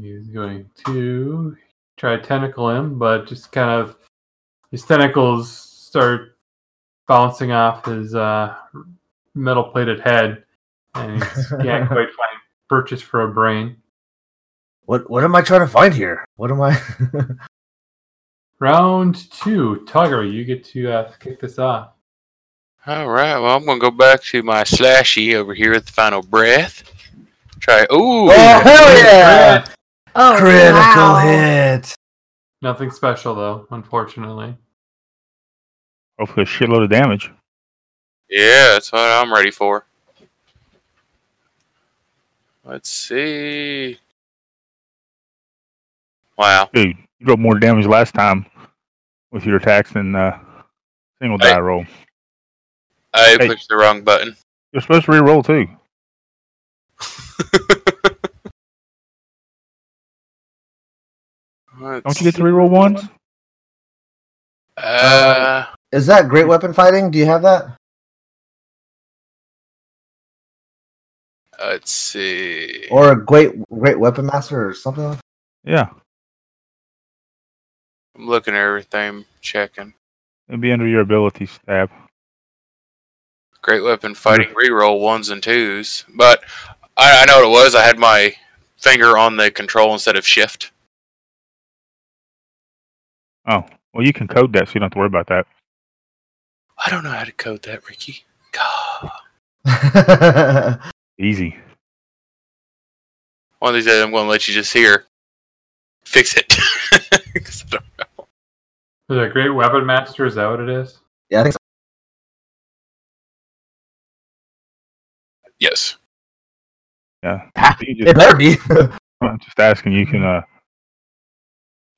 Speaker 5: He's going to try to tentacle him, but just kind of his tentacles start bouncing off his uh, metal plated head. And he can't quite find purchase for a brain.
Speaker 8: What what am I trying to find here? What am I?
Speaker 5: Round two, Tugger, you get to uh, kick this off.
Speaker 11: All right. Well, I'm gonna go back to my slashy over here at the final breath. Try. Ooh.
Speaker 8: oh hell yeah!
Speaker 3: Oh,
Speaker 8: Critical
Speaker 3: wow.
Speaker 8: hit.
Speaker 5: Nothing special though, unfortunately.
Speaker 6: Hopefully, a shitload of damage.
Speaker 11: Yeah, that's what I'm ready for. Let's see. Wow.
Speaker 6: Dude, you got more damage last time with your attacks than uh, single die roll.
Speaker 11: I pushed the wrong button.
Speaker 6: You're supposed to re-roll too. Don't you get to re-roll ones?
Speaker 11: Uh,
Speaker 10: is that great weapon fighting? Do you have that?
Speaker 11: Let's see.
Speaker 10: Or a great great weapon master or something? like-
Speaker 6: Yeah,
Speaker 11: I'm looking at everything, checking.
Speaker 6: it'd be under your abilities tab.
Speaker 11: Great weapon fighting reroll ones and twos. But I, I know what it was. I had my finger on the control instead of shift.
Speaker 6: Oh, well, you can code that, so you don't have to worry about that.
Speaker 11: I don't know how to code that, Ricky.
Speaker 6: Easy.
Speaker 11: One of these days, I'm going to let you just hear. Fix it. 'Cause I don't know.
Speaker 7: Is it Great Weapon Master? Is that what it is?
Speaker 10: Yeah, I think so.
Speaker 11: Yes.
Speaker 6: Yeah. You
Speaker 10: It better be.
Speaker 6: I'm just asking. You can uh,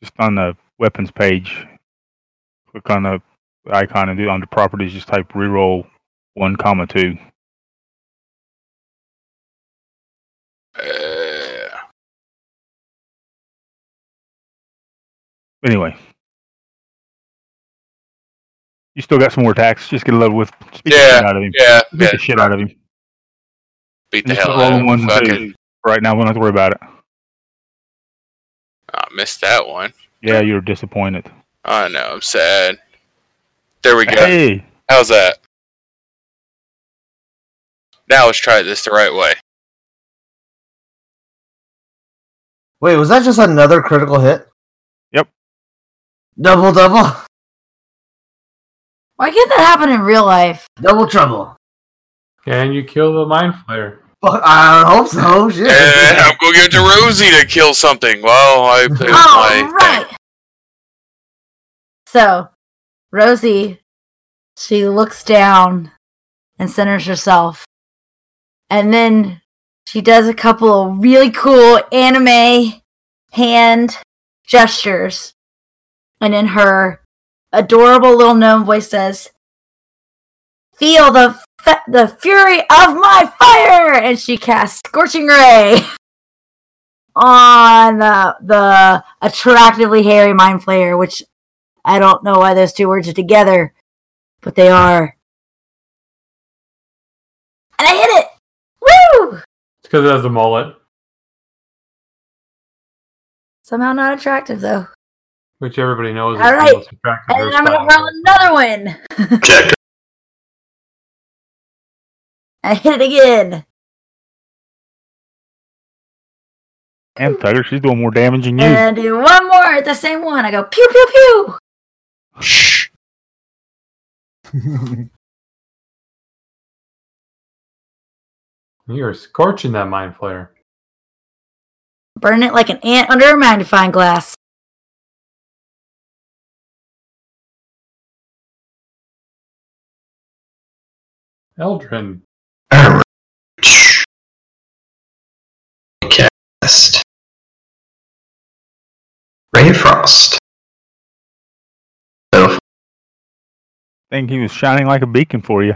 Speaker 6: just on the weapons page, click on the icon and do under properties. Just type reroll one comma two.
Speaker 11: Uh,
Speaker 6: Anyway, you still got some more attacks. Just get a level with. Beat the
Speaker 11: Yeah,
Speaker 6: shit out of him.
Speaker 11: yeah,
Speaker 6: Beat the shit out of him.
Speaker 11: beat the
Speaker 6: Just
Speaker 11: hell
Speaker 6: roll
Speaker 11: out of
Speaker 6: one
Speaker 11: him.
Speaker 6: two.
Speaker 11: Fucking,
Speaker 6: Right now, we don't have to worry about it.
Speaker 11: I missed that one.
Speaker 6: Yeah, you're disappointed.
Speaker 11: I know. I'm sad. There we go.
Speaker 6: Hey,
Speaker 11: How's that? Now let's try this the right way.
Speaker 10: Wait, was that just another critical hit?
Speaker 6: Yep.
Speaker 10: Double double.
Speaker 3: Why can't that happen in real life?
Speaker 10: Double trouble.
Speaker 7: Can you kill the Mind Flayer?
Speaker 10: Fuck, I hope so. Oh, Shit.
Speaker 11: And I'm going to give it to Rosie to kill something. Well, I play with my.
Speaker 3: Right. So, Rosie, she looks down and centers herself. And then she does a couple of really cool anime hand gestures. And in her adorable little gnome voice says, Feel the, fe- the fury of my fire! And she casts Scorching Ray on the, the attractively hairy mind flayer, which I don't know why those two words are together, but they are. And I hit it! Woo!
Speaker 7: It's because it has a mullet,
Speaker 3: Somehow not attractive though.
Speaker 7: which everybody knows is
Speaker 3: All right.
Speaker 7: the most attractive
Speaker 3: And then I'm
Speaker 7: hairstyle.
Speaker 3: gonna roll another one.
Speaker 12: Check.
Speaker 3: I hit it again.
Speaker 6: and Tugger, she's doing more damage than you.
Speaker 3: And I do one more at the same one. I go pew pew pew.
Speaker 11: Shh.
Speaker 7: You are scorching that Mind Flayer.
Speaker 3: Burn it like an ant under a magnifying glass.
Speaker 7: Eldrin.
Speaker 12: Cast. Ray of Frost. So,
Speaker 6: think he was shining like a beacon for you.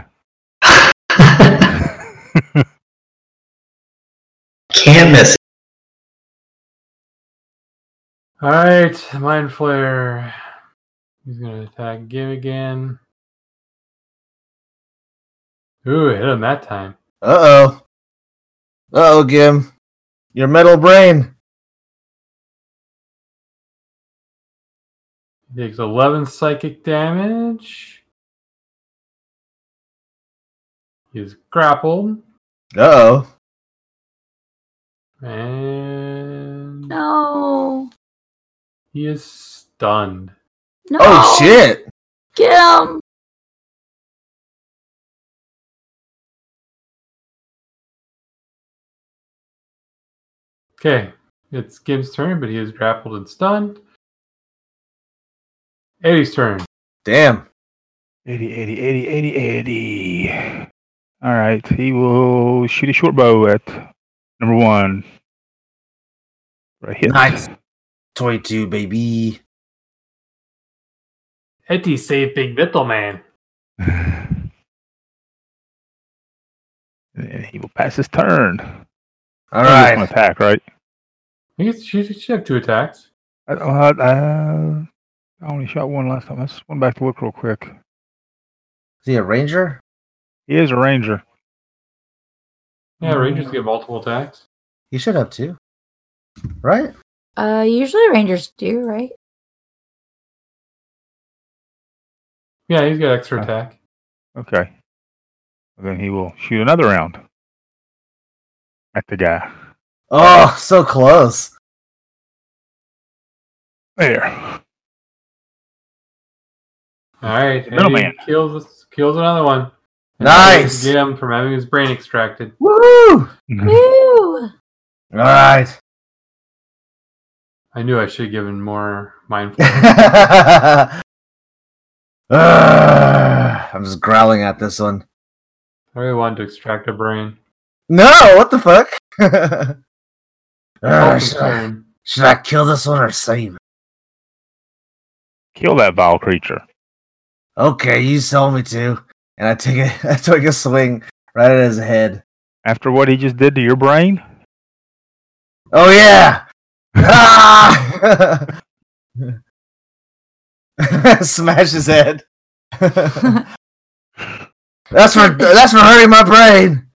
Speaker 12: can't miss it.
Speaker 7: All right, Mind Flayer. He's gonna attack Gib again. Ooh, hit him that time.
Speaker 10: Uh oh. Uh oh, Gim. Your metal brain.
Speaker 7: He takes 11 psychic damage. He's grappled.
Speaker 10: Uh oh.
Speaker 7: And
Speaker 3: Oh. No.
Speaker 7: he is stunned.
Speaker 3: No.
Speaker 10: Oh shit.
Speaker 3: Get him.
Speaker 7: Okay, it's Gim's turn, but he is grappled and stunned. Eddie's turn.
Speaker 10: Damn.
Speaker 6: 80, 80, 80, 80, 80. All right, he will shoot a short bow at number one. Right here.
Speaker 10: Nice. 22, baby.
Speaker 5: Hetty save Big Little Man.
Speaker 6: And he will pass his turn.
Speaker 10: All
Speaker 5: right.
Speaker 6: One attack, right?
Speaker 5: I guess she should have two attacks.
Speaker 6: I, I, I- I only shot one last time. I just went back to look real quick.
Speaker 10: Is he a ranger?
Speaker 6: He is a ranger.
Speaker 5: Yeah, Rangers get multiple attacks.
Speaker 10: He should have two. Right?
Speaker 12: Uh, usually rangers do, right?
Speaker 5: Yeah, he's got extra attack.
Speaker 6: Okay. then he will shoot another round at the guy.
Speaker 10: Oh, so close.
Speaker 6: There.
Speaker 5: All right,
Speaker 6: Little
Speaker 5: Hetty
Speaker 6: Man.
Speaker 5: kills kills another one. And
Speaker 10: Nice.
Speaker 5: Get him from having his brain extracted.
Speaker 10: Woo!
Speaker 12: Woo!
Speaker 10: All right.
Speaker 5: I knew I should have given more mindful.
Speaker 10: Ah, I'm just growling at this one.
Speaker 5: I really wanted to extract a brain.
Speaker 10: No, what the fuck? Ah,
Speaker 5: Dolphin's
Speaker 10: should, I,
Speaker 5: turn.
Speaker 10: should I kill this one or save it?
Speaker 6: Kill that vile creature.
Speaker 10: Okay, you told me to. And I take a, I take a swing right at his head.
Speaker 6: After what he just did to your brain?
Speaker 10: Oh yeah! Ah! Smash his head. that's for that's for hurting my brain.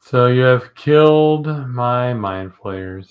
Speaker 5: So you have killed my mind flayers.